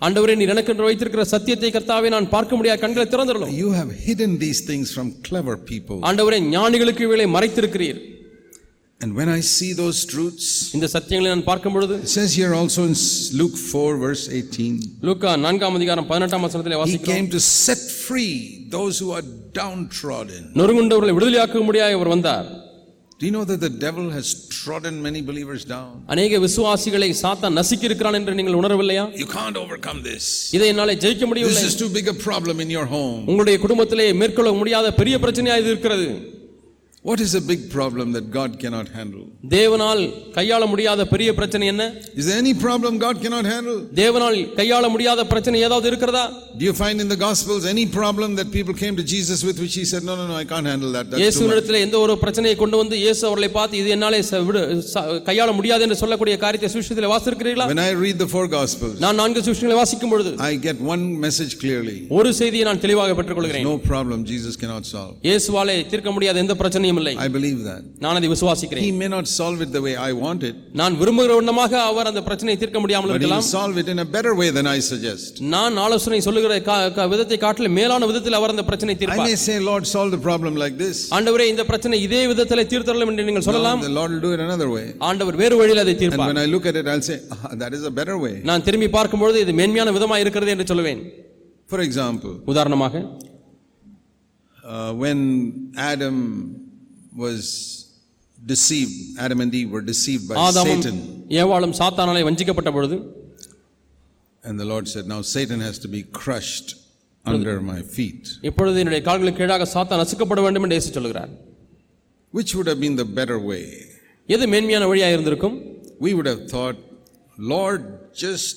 S2: ஆண்டவரே நீர் எனக்கென்று வைத்திருக்கிற சத்தியத்தை கர்த்தாவே நான் பார்க்க முடியாத கண்களை திறந்திரலும்
S1: You have hidden these things from clever people.
S2: ஆண்டவரே ஞானிகளுக்கு இவைகளை மறைத்திருக்கிறீர்
S1: And when I see those truths,
S2: இந்த சத்தியங்களை நான் பார்க்கும் பொழுது
S1: it says here also in S- Luke 4, verse 18,
S2: லூக்கா நான்காம் அதிகாரம் பதினெட்டாம் வசனத்திலே
S1: He
S2: வாசிக்கிறோம்
S1: came to set free those who are downtrodden.
S2: நொறுங்குண்டவர்களை விடுதலையாக்க முடியாத இவர் வந்தார்
S1: Do you know that the devil has trodden many believers down?
S2: அநேக விசுவாசிகளை சாத்தான் நசுக்கி இருக்கிறான் என்று நீங்கள் உணரவில்லையா
S1: You can't overcome this.
S2: இதை என்னாலே ஜெயிக்க
S1: This
S2: முடியவில்லை
S1: is too big a problem in your home.
S2: உங்களுடைய குடும்பத்திலே மேற்கொள்ள முடியாத பெரிய பிரச்சனையா இது இருக்கிறது
S1: What is the big problem that God cannot handle?
S2: தேவனால் கையாள முடியாத பெரிய பிரச்சனை என்ன
S1: Is there any problem God cannot handle?
S2: தேவனால் கையாள முடியாத பிரச்சனை ஏதாவது இருக்கிறதா
S1: Do you find in the Gospels any problem that people came to Jesus with which he said, No, no, no, I can't handle that. That's too much.
S2: இயேசுவினிடத்தில் எந்த ஒரு பிரச்சனையை கொண்டு வந்து இயேசு அவர்களை பார்த்து இது என்னாலே ச- விடு- ச- கையாள முடியாது என்று சொல்லக்கூடிய காரியத்தை சுவிசேஷத்தில் வாசிக்கிறீர்களா
S1: When I read the four Gospels,
S2: நான் நான்கு சுவிசேஷங்களை வாசிக்கும் பொழுது
S1: I get one message clearly
S2: ஒரு செய்தியை நான் தெளிவாக பெற்றுக்கொள்கிறேன்
S1: no problem Jesus cannot solve.
S2: இயேசுவாலே தீர்க்க முடியாத எந்த பிரச்சனையும் இல்லை
S1: I believe that.
S2: நான் அதை விசுவாசிக்கிறேன்
S1: He may not solve it the way I want it,
S2: நான் விரும்புகிற வண்ணமாக அவர் அந்த பிரச்சனையை தீர்க்க முடியாமல்
S1: but he'll
S2: இருக்கலாம்
S1: solve it in a better way than I suggest.
S2: நான் ஆலோசனை சொல்லுகிற கா- கா- விதத்தை காட்டில மேலான விதத்தில் அவர் அந்த பிரச்சனை
S1: I
S2: தீர்ப்பார்
S1: may say, Lord, solve the problem like this.
S2: ஆண்டவரே இந்த பிரச்சனை இதே விதத்திலே தீர்த்தரலாம் என்று நீங்கள்
S1: No,
S2: சொல்லலாம்
S1: the Lord will do it another way.
S2: ஆண்டவர் வேறு வழியில் அதை
S1: And
S2: தீர்ப்பார்
S1: when I look at it, I'll say, ah, that is a better way.
S2: நான் திரும்பி பார்க்கும்பொழுது இது மேன்மையான விதமா இருக்கிறது என்று சொல்லுவேன்
S1: For example,
S2: உதாரணமாக
S1: uh, when Adam was deceived, Adam and Eve were deceived by
S2: ஆதாமும்
S1: Satan.
S2: ஏவாளும் சாத்தானாலே வஞ்சிக்கப்பட்ட பொழுது
S1: And the Lord said, Now Satan has to be crushed under my feet.
S2: இப்பொழுது என்னுடைய கால்களுக்கு கீழாக சாத்தான் நசுக்கப்பட வேண்டும் என்று இயேசு சொல்கிறார்
S1: Which would have been the better way?
S2: எது மேன்மையான வழியாக இருந்திருக்கும்
S1: We would have thought, Lord, just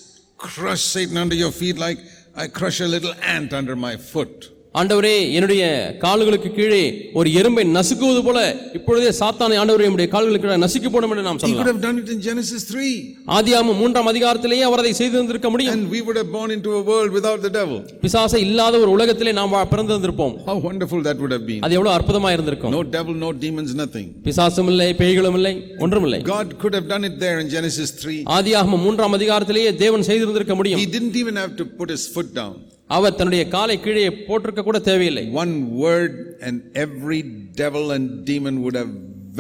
S1: crush Satan under your feet like I crush a little ant under my foot.
S2: ஆண்டவரே என்னுடைய கால்களுக்கு கீழே ஒரு எறும்பை நசுக்குவது போல இப்பொழுதே சாத்தானை ஆண்டவரே என்னுடைய கால்களுக்கு கீழே நசுக்கி போடும் என்று நாம்
S1: He could
S2: சொல்லலாம்
S1: have done it in Genesis 3.
S2: ஆதியாமம் மூன்றாம் அதிகாரத்திலேயே அவர் அதை செய்திருந்திருக்க முடியும்
S1: And we would have born into a world without the devil.
S2: பிசாசை இல்லாத ஒரு உலகத்திலே நாம் வா- பிறந்திருந்திருப்போம்
S1: How wonderful that would have been.
S2: அது எவ்வளவு அற்புதமா இருந்திருக்கும்
S1: No devil, no demons, nothing.
S2: பிசாசும் இல்லை பேய்களும் இல்லை ஒன்றும் இல்லை
S1: God could have done it there in Genesis 3.
S2: ஆதியாகமம் மூன்றாம் அதிகாரத்திலேயே தேவன் செய்திருந்திருக்க முடியும்
S1: He didn't even have to put his foot down.
S2: அவர் தன்னுடைய காலை கீழே போட்டிருக்க கூட தேவையில்லை
S1: One word, and every devil and demon would have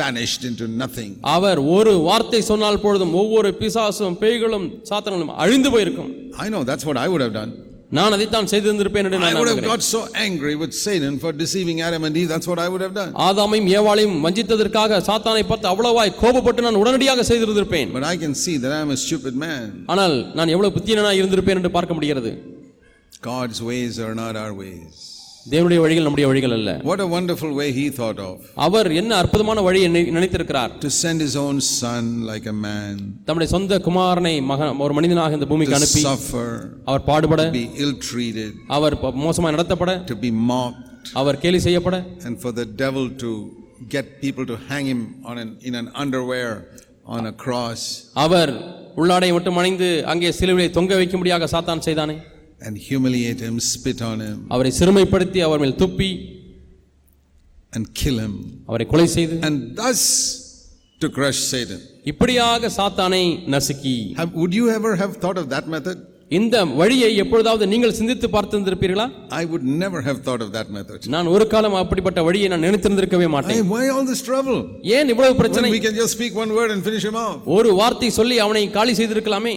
S1: vanished into nothing.
S2: அவர் ஒரு வார்த்தை சொன்னால் பொழுதும் ஒவ்வொரு பிசாசும் பேய்களும் சாத்தனங்களும் அழிந்து போயிருக்கும்
S1: I know that's what I would have done.
S2: நான் அதைத்தான் செய்திருந்திருப்பேன் என்று
S1: I
S2: நான்
S1: would have
S2: நம்புகிறேன்.
S1: got so angry with Satan for deceiving Adam and Eve. That's what I would have done.
S2: ஆதாமையும் ஏவாளையும் வஞ்சித்ததற்காக சாத்தானை பார்த்து அவ்வளவாய் கோபப்பட்டு நான் உடனடியாக செய்திருந்திருப்பேன்
S1: But I can see that I'm a stupid man.
S2: ஆனால் நான் எவ்வளவு புத்தியனாக இருந்திருப்பேன் என்று பார்க்க முடிகிறது
S1: God's ways are not our ways.
S2: தேவனுடைய வழிகள் நம்முடைய வழிகள் அல்ல
S1: What a wonderful way he thought of
S2: அவர் என்ன அற்புதமான வழி எண்ணி- நினைத்திருக்கிறார்
S1: to send his own son like a man,
S2: தம்முடைய சொந்த குமாரனை மகன் ஒரு மனிதனாக இந்த பூமிக்கு
S1: to
S2: அனுப்பி
S1: suffer,
S2: அவர் பாடுபட
S1: to be ill treated,
S2: அவர் ப- மோசமாய் நடத்தப்பட
S1: to be mocked,
S2: அவர் கேலி செய்யப்பட
S1: and for the devil to get people to hang him on an, in an underwear on a cross
S2: அவர் உள்ளாடை மட்டும் அணிந்து அங்கே சிலுவையை தொங்க வைக்கும்படியாக சாத்தான் செய்தானே
S1: and humiliate him, spit on him,
S2: அவரை சிறுமைப்படுத்தி அவர் மேல் துப்பி
S1: and kill him.
S2: அவரை கொலை செய்து
S1: And thus to crush Satan.
S2: இப்படியாக சாத்தானை நசுக்கி
S1: Have, would you ever have thought of that method?
S2: இந்த வழியை எப்பொழுதாவது நீங்கள் சிந்தித்து பார்த்திருந்திருப்பீர்களா
S1: I would never have thought of that method.
S2: நான் ஒரு காலம் அப்படிப்பட்ட வழியை நான் நினைத்திருந்திருக்கவே மாட்டேன்
S1: Hey, why all this trouble?
S2: ஏன் இவ்வளவு
S1: When
S2: பிரச்சனை
S1: we can just speak one word and finish him off.
S2: ஒரு வார்த்தை சொல்லி அவனை காலி செய்திருக்கலாமே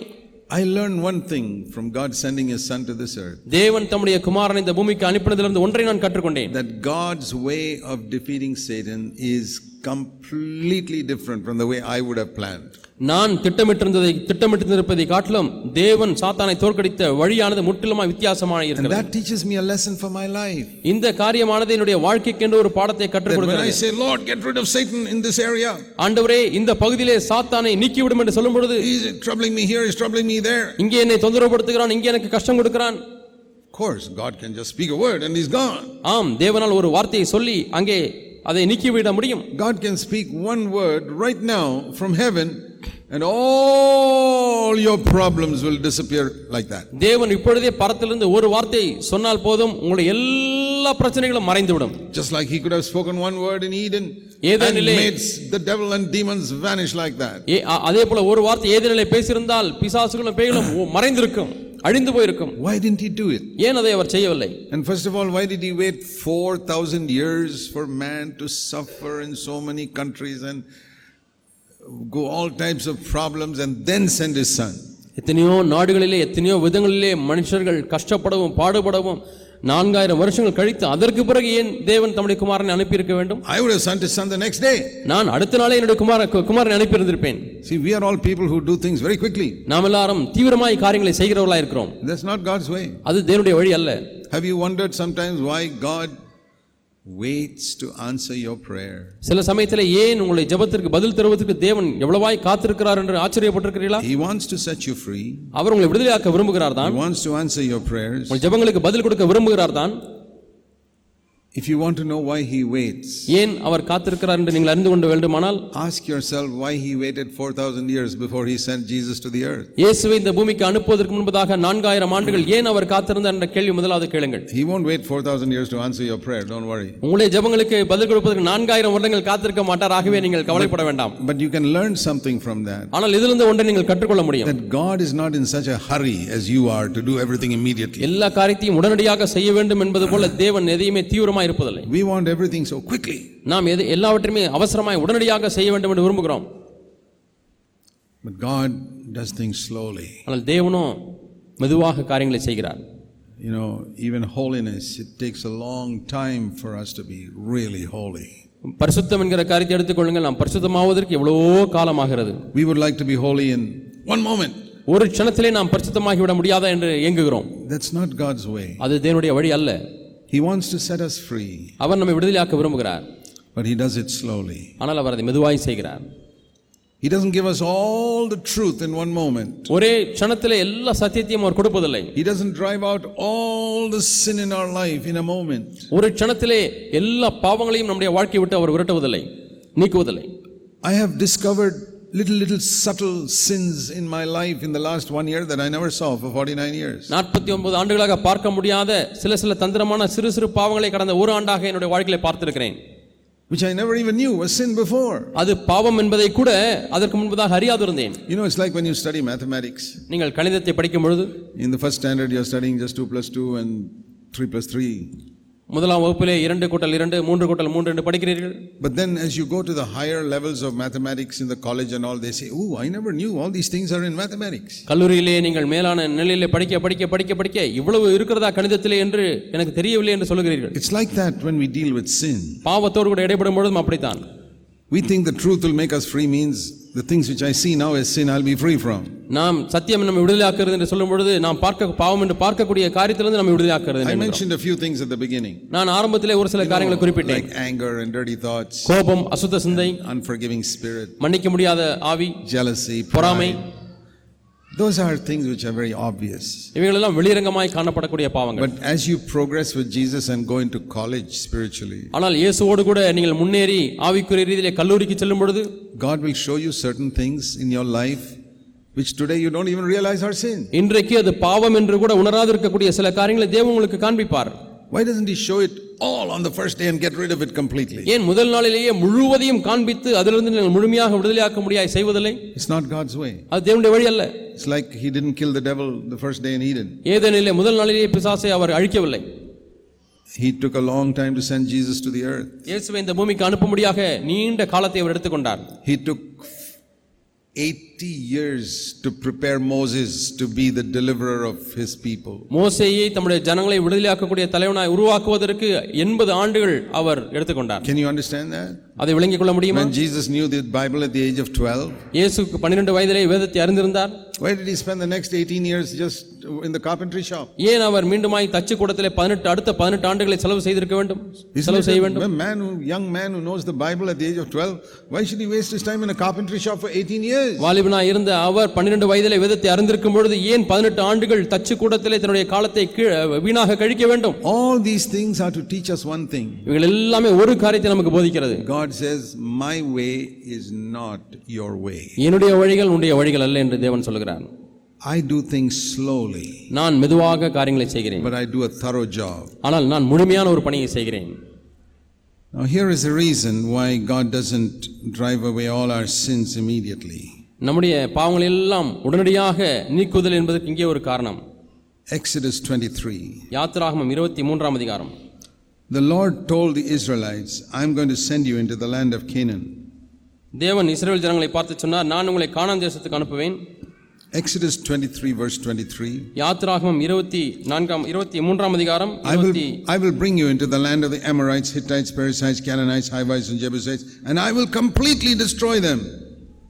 S1: I learned one thing from God sending his son to this earth
S2: தேவன் தம்முடைய குமாரனை இந்த பூமிக்கு அனுப்பினதிலிருந்து ஒன்றை நான் கற்றுக்கொண்டேன்
S1: that God's way of defeating Satan is completely different from the way I would have planned.
S2: நான் திட்டமிட்டிருந்ததை திட்டமிட்டிருப்பதை காட்டிலும் தேவன் சாத்தானை தோற்கடித்த வழியானது முற்றிலுமா வித்தியாசமான
S1: And
S2: இருக்கிறது
S1: that teaches me a lesson for my life.
S2: இந்த காரியமானது என்னுடைய வாழ்க்கைக்கென்று ஒரு பாடத்தை கற்றுக்
S1: That when I
S2: கொடுக்கிறது
S1: say, Lord, get rid of Satan in this area,
S2: ஆண்டவரே இந்த பகுதியிலே சாத்தானை நீக்கிவிடும் என்று சொல்லும் பொழுது
S1: he's troubling me here, he's troubling me there.
S2: இங்கே என்னை தொந்தரவுப்படுத்துகிறான் இங்கே எனக்கு கஷ்டம் கொடுக்கிறான்
S1: Of course, God can just speak a word and he's gone.
S2: ஆம் தேவனால் ஒரு வார்த்தையை சொல்லி அங்கே அதை நீக்கிவிட முடியும்
S1: God can speak one word right now from heaven, and all your problems will disappear like that.
S2: தேவன் இப்பொழுதே பரத்திலிருந்து ஒரு வார்த்தை சொன்னால் போதும் உங்களுடைய எல்லா பிரச்சனைகளும் மறைந்துவிடும்
S1: Just like he could have spoken one word in Eden and
S2: ஏதேனிலே-
S1: made the devil and demons vanish like that.
S2: ஏ அ- அதே போல ஒரு வார்த்தை ஏதேனிலே பேசியிருந்தால் பிசாசுகளும் பேய்களும் ஓ- மறைந்திருக்கும் அழிந்து போயிருக்கும்
S1: Why didn't he do it?
S2: ஏன் அதை அவர் செய்யவில்லை
S1: And first of all, why did he wait 4,000 years for man to suffer in so many countries and go all types of problems and then send his son?
S2: எத்தனையோ நாடுகளிலே எத்தனையோ விதங்களிலே மனுஷர்கள் கஷ்டப்படவும் பாடுபடவும் நான்காயிரம் வருஷங்கள் கழித்து அதற்கு பிறகு ஏன் தேவன் தம்முடைய குமாரனை அனுப்பியிருக்க வேண்டும்
S1: I would have sent his son the next day.
S2: நான் அடுத்த நாளே என்னுடைய குமார கு- குமாரனை அனுப்பியிருந்திருப்பேன்
S1: See, we are all people who do things very quickly.
S2: நாம் எல்லாரும் தீவிரமாய் காரியங்களை செய்கிறவர்களா இருக்கிறோம்
S1: That's not God's way.
S2: அது தேவனுடைய வழி அல்ல
S1: Have you wondered sometimes why God waits to answer your prayer.
S2: சில சமயத்தில் ஏன் உங்களுடைய ஜெபத்திற்கு பதில் தருவதற்கு தேவன் எவ்வளவாய் காத்திருக்கிறார் என்று ஆச்சரியப்பட்டிருக்கிறீர்களா
S1: He wants to set you free.
S2: அவர் உங்களை விடுதலையாக்க விரும்புகிறார்
S1: He
S2: தான்
S1: wants to answer your prayers.
S2: உங்கள் ஜெபங்களுக்கு பதில் கொடுக்க விரும்புகிறார் தான்
S1: If you want to know why he waits,
S2: ஏன் அவர் காத்திருக்கிறார் என்று நீங்கள் அறிந்து கொண்டு வேண்டுமானால்
S1: ask yourself why he waited 4,000 years before he sent Jesus to the earth.
S2: இயேசுவை இந்த பூமிக்கு அனுப்புவதற்கு முன்பதாக நான்காயிரம் ஆண்டுகள் ஏன் அவர் காத்திருந்தார் என்ற கேள்வி முதலாவது கேளுங்கள்
S1: He won't wait 4,000 years to answer your prayer, don't worry.
S2: உங்களுடைய ஜெபங்களுக்கு பதில் கொடுப்பதற்கு நான்காயிரம் வருடங்கள் காத்திருக்க மாட்டார் ஆகவே நீங்கள் கவலைப்பட வேண்டாம்
S1: But you can learn something from that.
S2: ஆனால் இதிலிருந்து ஒன்றை நீங்கள் கற்றுக்கொள்ள முடியும்
S1: That God is not in such a hurry as you are to do everything immediately.
S2: எல்லா காரியத்தையும் உடனடியாக செய்ய வேண்டும் என்பது போல தேவன் எதையுமே தீவிரமாக இருப்பதில்லை
S1: We want everything so quickly.
S2: நாம் எது எல்லாவற்றையுமே அவசரமாய் உடனடியாக செய்ய வேண்டும் என்று விரும்புகிறோம்
S1: But God does things slowly.
S2: ஆனால் தேவனோ மெதுவாக காரியங்களை செய்கிறார்
S1: You know, even holiness, it takes a long time for us to be really holy.
S2: பரிசுத்தம் என்கிற காரியத்தை எடுத்துக்கொள்ளுங்கள் நாம் பரிசுத்தமாவதற்கு எவ்வளவோ காலமாகிறது
S1: We would like to be holy in one moment.
S2: ஒரு க்ஷணத்திலே நாம் பரிசுத்தமாகி விட முடியாதா என்று ஏங்குகிறோம்
S1: That's not God's way.
S2: அது தேவனுடைய வழி அல்ல
S1: He wants to set us free.
S2: அவர் நம்மை விடுதலையாக்க விரும்புகிறார்
S1: But he does it slowly.
S2: ஆனால் அவர் அதை மெதுவாய் செய்கிறார்
S1: He doesn't give us all the truth in one moment.
S2: ஒரே க்ஷணத்திலே எல்லா சத்தியத்தையும் அவர் கொடுப்பதில்லை
S1: He doesn't drive out all the sin in our life in a moment.
S2: ஒரு க்ஷணத்திலே எல்லா பாவங்களையும் நம்முடைய வாழ்க்கையை விட்டு அவர் விரட்டுவதில்லை நீக்குவதில்லை
S1: I have discovered little, little subtle sins in my life in the last one year that I never saw for 49 years.
S2: நாற்பத்தி ஒன்பது ஆண்டுகளாக பார்க்க முடியாத சில சில தந்திரமான சிறு சிறு பாவங்களை கடந்த ஒரு ஆண்டாக என்னுடைய வாழ்க்கையில பார்த்திருக்கிறேன்
S1: Which I never even knew was sin before.
S2: அது பாவம் என்பதை கூட அதற்கு முன்பதாக அறியாதிருந்தேன்
S1: You know, it's like when you study mathematics.
S2: நீங்கள் கணிதத்தை படிக்கும் பொழுது
S1: In the first standard, you're studying just 2 plus 2 and 3 plus 3.
S2: முதலாம் வகுப்பிலே இரண்டு கூட்டல் இரண்டு மூன்று கூட்டல் மூன்று என்று படிக்கிறீர்கள்
S1: But then, as you go to the higher levels of mathematics in the college and all, they say, Oh, I never knew all these things are in mathematics.
S2: கல்லூரியிலே நீங்கள் மேலான நிலையிலே படிக்க படிக்க படிக்க படிக்க இவ்வளவு இருக்கிறதா கணிதத்திலே என்று எனக்கு தெரியவில்லை என்று சொல்கிறீர்கள்
S1: It's like that when we deal with sin.
S2: பாவத்தோடு கூட இடைப்படும் பொழுதும் அப்படித்தான்
S1: We think the truth will make us free means the things which I see now as sin I'll be free from.
S2: நாம் சத்தியம் நம்மை விடுதலையாக்குகிறது என்று சொல்லும் பொழுது நாம் பார்க்க பாவம் என்று பார்க்கக்கூடிய காரியத்திலிருந்து நம்மை விடுதலையாக்குறது என்று
S1: I
S2: நினைக்கிறோம்.
S1: mentioned a few things at the beginning
S2: நான் ஆரம்பத்திலே ஒரு சில காரியங்களை குறிப்பிட்டேன்
S1: like anger and dirty thoughts,
S2: கோபம் அசுத்த சிந்தை
S1: unforgiving spirit,
S2: மன்னிக்க முடியாத ஆவி
S1: jealousy,
S2: பொறாமை
S1: pride. Those are things which are very obvious.
S2: இவைகளெல்லாம் வெளியரங்கமாய் காணப்படக்கூடிய பாவங்கள்
S1: But as you progress with Jesus and go into college spiritually,
S2: ஆனால் இயேசுவோடு கூட நீங்கள் முன்னேறி ஆவிக்குரிய ரீதியிலே கல்லூரிக்கு செல்லும் பொழுது
S1: God will show you certain things in your life which today you don't even realize are sin.
S2: இன்றைக்கு அது பாவம் என்று கூட உணராது இருக்கக்கூடிய சில காரியங்களை தேவன் உங்களுக்கு காண்பிப்பார்
S1: Why doesn't He show it all on the first day and get rid of it completely?
S2: ஏன் முதல் நாளிலேயே முழுவதையும் காண்பித்து அதிலிருந்து நீங்கள் முழுமையாக விடுதலையாக்க முடியாய் செய்வதில்லை
S1: It's not God's way.
S2: அது தேவனுடைய வழி அல்ல
S1: It's like he didn't kill the devil the first day in Eden.
S2: ஏதேனிலே முதல் நாளிலேயே பிசாசை அவர் அழிக்கவில்லை
S1: He took a long time to send Jesus to the earth.
S2: இயேசுவை இந்த பூமிக்கு அனுப்பும்படியாக நீண்ட காலத்தை அவர் எடுத்துக்கொண்டார்
S1: He took 80 years to prepare Moses to be the deliverer of his people.
S2: மோசேயை தம்முடைய ஜனங்களை விடுதலையாக்கக்கூடிய தலைவனாய் உருவாக்குவதற்கு எண்பது ஆண்டுகள் அவர் எடுத்துக்கொண்டார்
S1: Can you understand that?
S2: அதை விளங்கிக் கொள்ள முடியுமா
S1: When Jesus knew the Bible at the age of 12,
S2: இயேசுக்கு பன்னிரண்டு வயதிலே வேதத்தை அறிந்திருந்தார்
S1: why did he spend the next 18 years just in the carpentry shop?
S2: ஏன் அவர் மீண்டுமாய் தச்சு கூடத்திலே பதினெட்டு அடுத்த பதினெட்டு ஆண்டுகளை செலவு செய்திருக்க வேண்டும்
S1: Isn't
S2: செலவு செய்ய
S1: it
S2: வேண்டும்
S1: a man who, young man who knows the Bible at the age of 12, why should he waste his time in a carpentry shop for 18 years?
S2: வாலிபனாய் இருந்த அவர் பன்னிரண்டு வயதிலே வேதத்தை அறிந்திருக்கும் பொழுது ஏன் பதினெட்டு ஆண்டுகள் தச்சு கூடத்திலே தன்னுடைய காலத்தை கீழே வீணாக கழிக்க வேண்டும்
S1: All these things are to teach us one thing.
S2: இவைகள் எல்லாமே ஒரு காரியத்தை நமக்கு போதிக்கிறது
S1: God says, My way is not your way.
S2: என்னுடைய வழிகள் உன்னுடைய வழிகள் அல்ல என்று தேவன் சொல்கிறார்
S1: I do things slowly,
S2: நான் மெதுவாக காரியங்களை செய்கிறேன்
S1: but I do a thorough job.
S2: ஆனால் நான் முழுமையான ஒரு பணியை செய்கிறேன்
S1: Now, here is a reason why God doesn't drive away all our sins immediately.
S2: நம்முடைய பாவங்கள் எல்லாம் உடனடியாக நீக்குதல் என்பதற்கு இங்கே ஒரு காரணம்
S1: Exodus 23.
S2: யாத்திராகமம் இருபத்தி மூன்றாம் அதிகாரம்
S1: The Lord told the Israelites, I'm going to send you into the land of Canaan.
S2: தேவன் இஸ்ரேல் ஜனங்களை பார்த்து சொன்னார் நான் உங்களை கானான் தேசத்துக்கு அனுப்புவேன்
S1: Exodus 23, verse 23.
S2: யாத்திராகமம் இருபத்தி நான்காம் இருபத்தி மூன்றாம் அதிகாரம்
S1: I will,
S2: இருபத்தி
S1: I will bring you into the land of the Amorites, Hittites, Perizzites, Canaanites, Hivites, and Jebusites, and I will completely destroy them.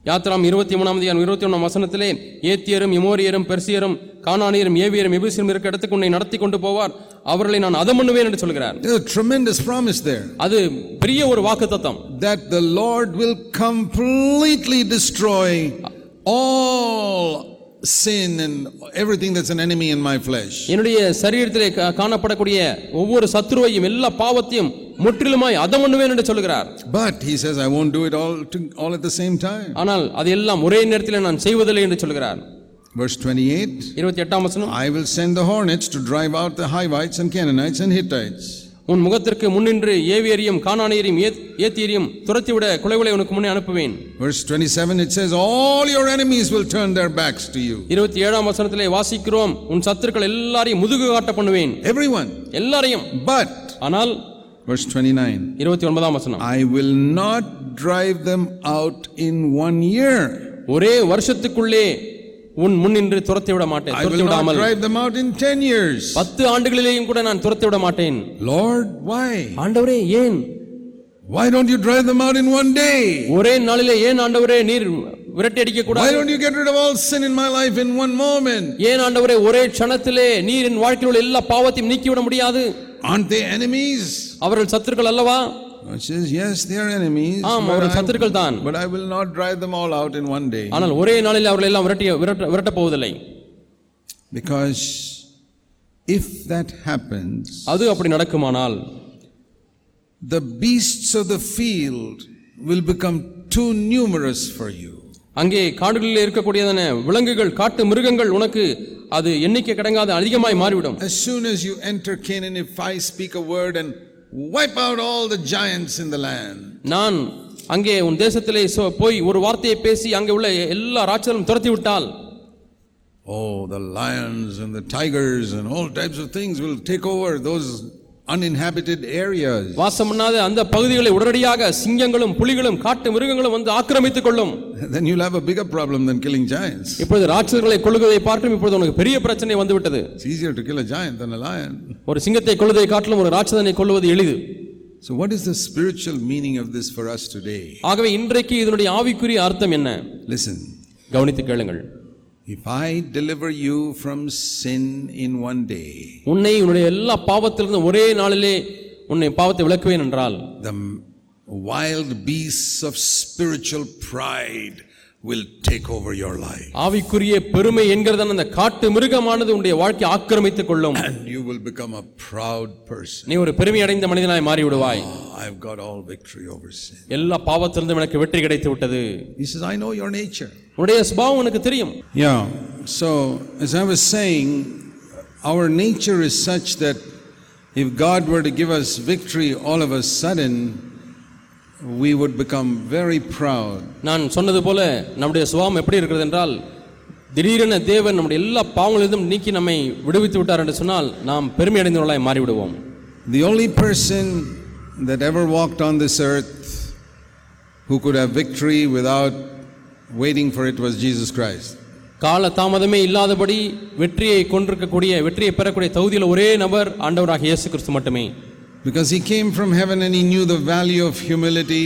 S2: யாத்திராம் இருபத்தி மூணாம் அதிகாரம் இருபத்தி ஒன்றாம் வசனத்திலே ஏத்தியரும் இமோரியரும் பெர்சியரும் கானானியரும் ஏவியரும் எபிசியரும் இருக்க இடத்துக்கு உன்னை நடத்தி கொண்டு போவார் அவர்களை நான் அதம் பண்ணுவேன் என்று சொல்கிறார்
S1: There's a tremendous promise there
S2: அது பெரிய ஒரு வாக்குத்தத்தம்
S1: that the Lord will completely destroy all sin and everything that's an enemy in my flesh.
S2: என்னுடைய சரீரத்திலே கா- காணப்படக்கூடிய ஒவ்வொரு சத்துருவையும் எல்லா பாவத்தையும் முற்றிலுமாய் அதம் பண்ணுவேன் என்று சொல்கிறார்
S1: But he says, I won't do it all, to, all at the same time.
S2: ஆனால் அதையெல்லாம் ஒரே நேரத்தில் நான் செய்வதில்லை என்று சொல்கிறார்
S1: Verse 28
S2: இருபத்தி எட்டாம் வசனம்
S1: I will send the hornets to drive out the Hivites and Canaanites and Hittites.
S2: உன் முகத்திற்கு முன்னின்று ஏவியரையும் காணானியரையும் ஏத்- ஏத்தியரையும் துரத்திவிட குலைவுளை உனக்கு முன்னே அனுப்புவேன்
S1: Verse 27 it says, All your enemies will turn their backs to you.
S2: இருபத்தி ஏழாம் வசனத்திலே வாசிக்கிறோம் உன் சத்துருக்கள் எல்லாரையும் முதுகு காட்ட பண்ணுவேன்
S1: Everyone.
S2: எல்லாரையும்
S1: But,
S2: ஆனால்
S1: verse 29,
S2: இருபத்தி ஒன்பதாம் வசனம்
S1: I will not drive them out in one year.
S2: ஒரே வருஷத்துக்குள்ளே உன் முன்னின்று துரத்திவிட மாட்டேன்
S1: I will not
S2: துரத்திவிடாமல்
S1: drive them out in 10 years.
S2: பத்து ஆண்டுகளிலேயும் கூட நான் துரத்திவிட மாட்டேன்
S1: Lord, why?
S2: ஆண்டவரே ஏன்
S1: Why don't you drive them out in one day?
S2: ஒரே நாளிலே ஏன் ஆண்டவரே நீர் விரட்டி அடிக்க
S1: Why
S2: கூடாது
S1: don't you get rid of all sin in my life in one moment?
S2: ஏன் ஆண்டவரே ஒரே க்ஷணத்திலே நீர் என் வாழ்க்கையில் உள்ள எல்லா பாவத்தையும் நீக்கிவிட முடியாது
S1: Aren't they enemies?
S2: அவர்கள் சத்துருக்கள் அல்லவா
S1: It says, yes, they are enemies.
S2: ஆம்
S1: but
S2: அவர்கள்
S1: I-
S2: சத்துருக்கள் தான்
S1: But I will not drive them all out in one day
S2: ஆனால் ஒரே நாளில் அவர்கள் எல்லாம் விரட்டி விரட்ட விரட்டப் போவதில்லை
S1: because if that happens,
S2: அது அப்படி நடக்குமானால்
S1: the beasts of the field will become too numerous for you.
S2: அங்கே காடுகளில் இருக்கக்கூடியதான விலங்குகள் காட்டு மிருகங்கள் உனக்கு அது எண்ணிக்கை கடங்காத அதிகமாய் மாறிவிடும்
S1: As soon as you enter Canaan, if I speak a word and wipe out all the giants in the land,
S2: நான் அங்கே உன் தேசத்திலே சோ- போய் ஒரு வார்த்தையை பேசி அங்கே உள்ள எல்லா ராட்சதரும் துரத்தி விட்டால்
S1: oh, the lions and the tigers and all types of things will take over those uninhabited areas. *laughs*
S2: வாசம் பண்ணாத அந்த பகுதிகளை உடனடியாக சிங்கங்களும் புலிகளும் காட்டு மிருகங்களும் வந்து ஆக்கிரமித்துக் கொள்ளும்
S1: Then you'll have a bigger problem than killing giants.
S2: இப்பொழுது ராட்சதர்களை கொள்வதை பார்க்கும் இப்பொழுது உனக்கு பெரிய பிரச்சனை வந்துவிட்டது
S1: It's easier to kill a giant than a lion.
S2: ஒரு சிங்கத்தை கொள்வதை காட்டிலும் ஒரு ராட்சதனை கொள்வது எளிது
S1: So, what is the spiritual meaning of this for us today?
S2: ஆகவே இன்றைக்கு இதனுடைய ஆவிக்குரிய அர்த்தம் என்ன
S1: Listen,
S2: கவனித்து கேளுங்கள்
S1: if I deliver you from sin in one day,
S2: உன்னை உன்னுடைய எல்லா பாவத்திலிருந்தும் ஒரே நாளிலே உன்னை பாவத்தை விளக்குவேன் என்றால்
S1: The m- wild beasts of spiritual pride will take over your life.
S2: ஆவிக்குரிய பெருமை என்கிறதான அந்த காட்டு மிருகமானது உன்னுடைய வாழ்க்கையை ஆக்கிரமித்துக் கொள்ளும்
S1: And you will become a proud person.
S2: நீ ஒரு பெருமை அடைந்த மனிதனாய் மாறி விடுவாய்
S1: "Ah, I've got all victory over sin.
S2: எல்லா பாவத்திலிருந்தும் எனக்கு வெற்றி கிடைத்து விட்டது
S1: He says, I know your nature.
S2: உன்னுடைய சுபாவம் உனக்கு தெரியும்
S1: Yeah. So, as I was saying, our nature is such that if God were to give us victory all of a sudden, we would become very proud.
S2: நான் சொன்னது போல நம்முடைய சுபாவம் எப்படி இருக்கிறது என்றால் திடீரென தேவன் நம்முடைய எல்லா பாவங்களிலிருந்தும் நீக்கி நம்மை விடுவித்து விட்டார் என்று சொன்னால் நாம் பெருமை அடைந்தவர்களாய் மாறிவிடுவோம்
S1: The only person that ever walked on this earth who could have victory without waiting for it was Jesus Christ.
S2: கால தாமதமே இல்லாதபடி வெற்றியை கொண்டிருக்கக்கூடிய வெற்றியை பெறக்கூடிய தகுதியில் ஒரே நபர் ஆண்டவராக இயேசு கிறிஸ்து மட்டுமே
S1: Because he came from heaven and he knew the value of humility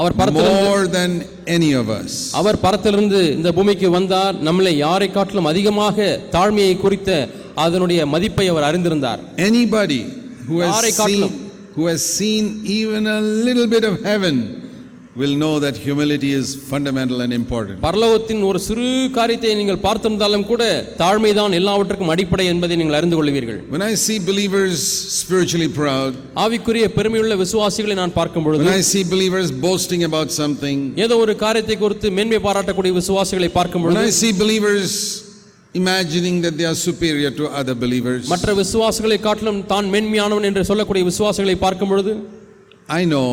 S2: அவர் பரத்திலிருந்து
S1: more than any of us.
S2: அவர் பரத்திலிருந்து இந்த பூமிக்கு வந்தார் நம்மளை யாரை காட்டிலும் அதிகமாக தாழ்மையை குறித்த அதனுடைய மதிப்பை அவர் அறிந்திருந்தார்
S1: Anybody who
S2: யாரை
S1: has
S2: காட்டிலும்.
S1: seen who has seen even a little bit of heaven will know that humility is fundamental and important.
S2: பரலோகத்தின் ஒரு சிறு காரியத்தை நீங்கள் பார்த்திருந்தாலும் கூட தாழ்மைதான் எல்லாவற்றுக்கும் அடிப்படை என்பதை நீங்கள் அறிந்து கொள்வீர்கள்
S1: When I see believers spiritually proud,
S2: ஆவிக்குரிய பெருமையுள்ள விசுவாசிகளை நான் பார்க்கும்
S1: when
S2: பொழுது
S1: I see believers boasting about something,
S2: ஏதோ ஒரு காரியத்தை குறித்து மேன்மை பாராட்டக்கூடிய விசுவாசிகளை பார்க்கும்
S1: When
S2: பொழுது
S1: I see believers imagining that they are superior to other believers,
S2: மற்ற விசுவாசிகளை காட்டிலும் தான் மேன்மையானவன் என்று சொல்லக்கூடிய விசுவாசிகளை பார்க்கும் பொழுது
S1: I know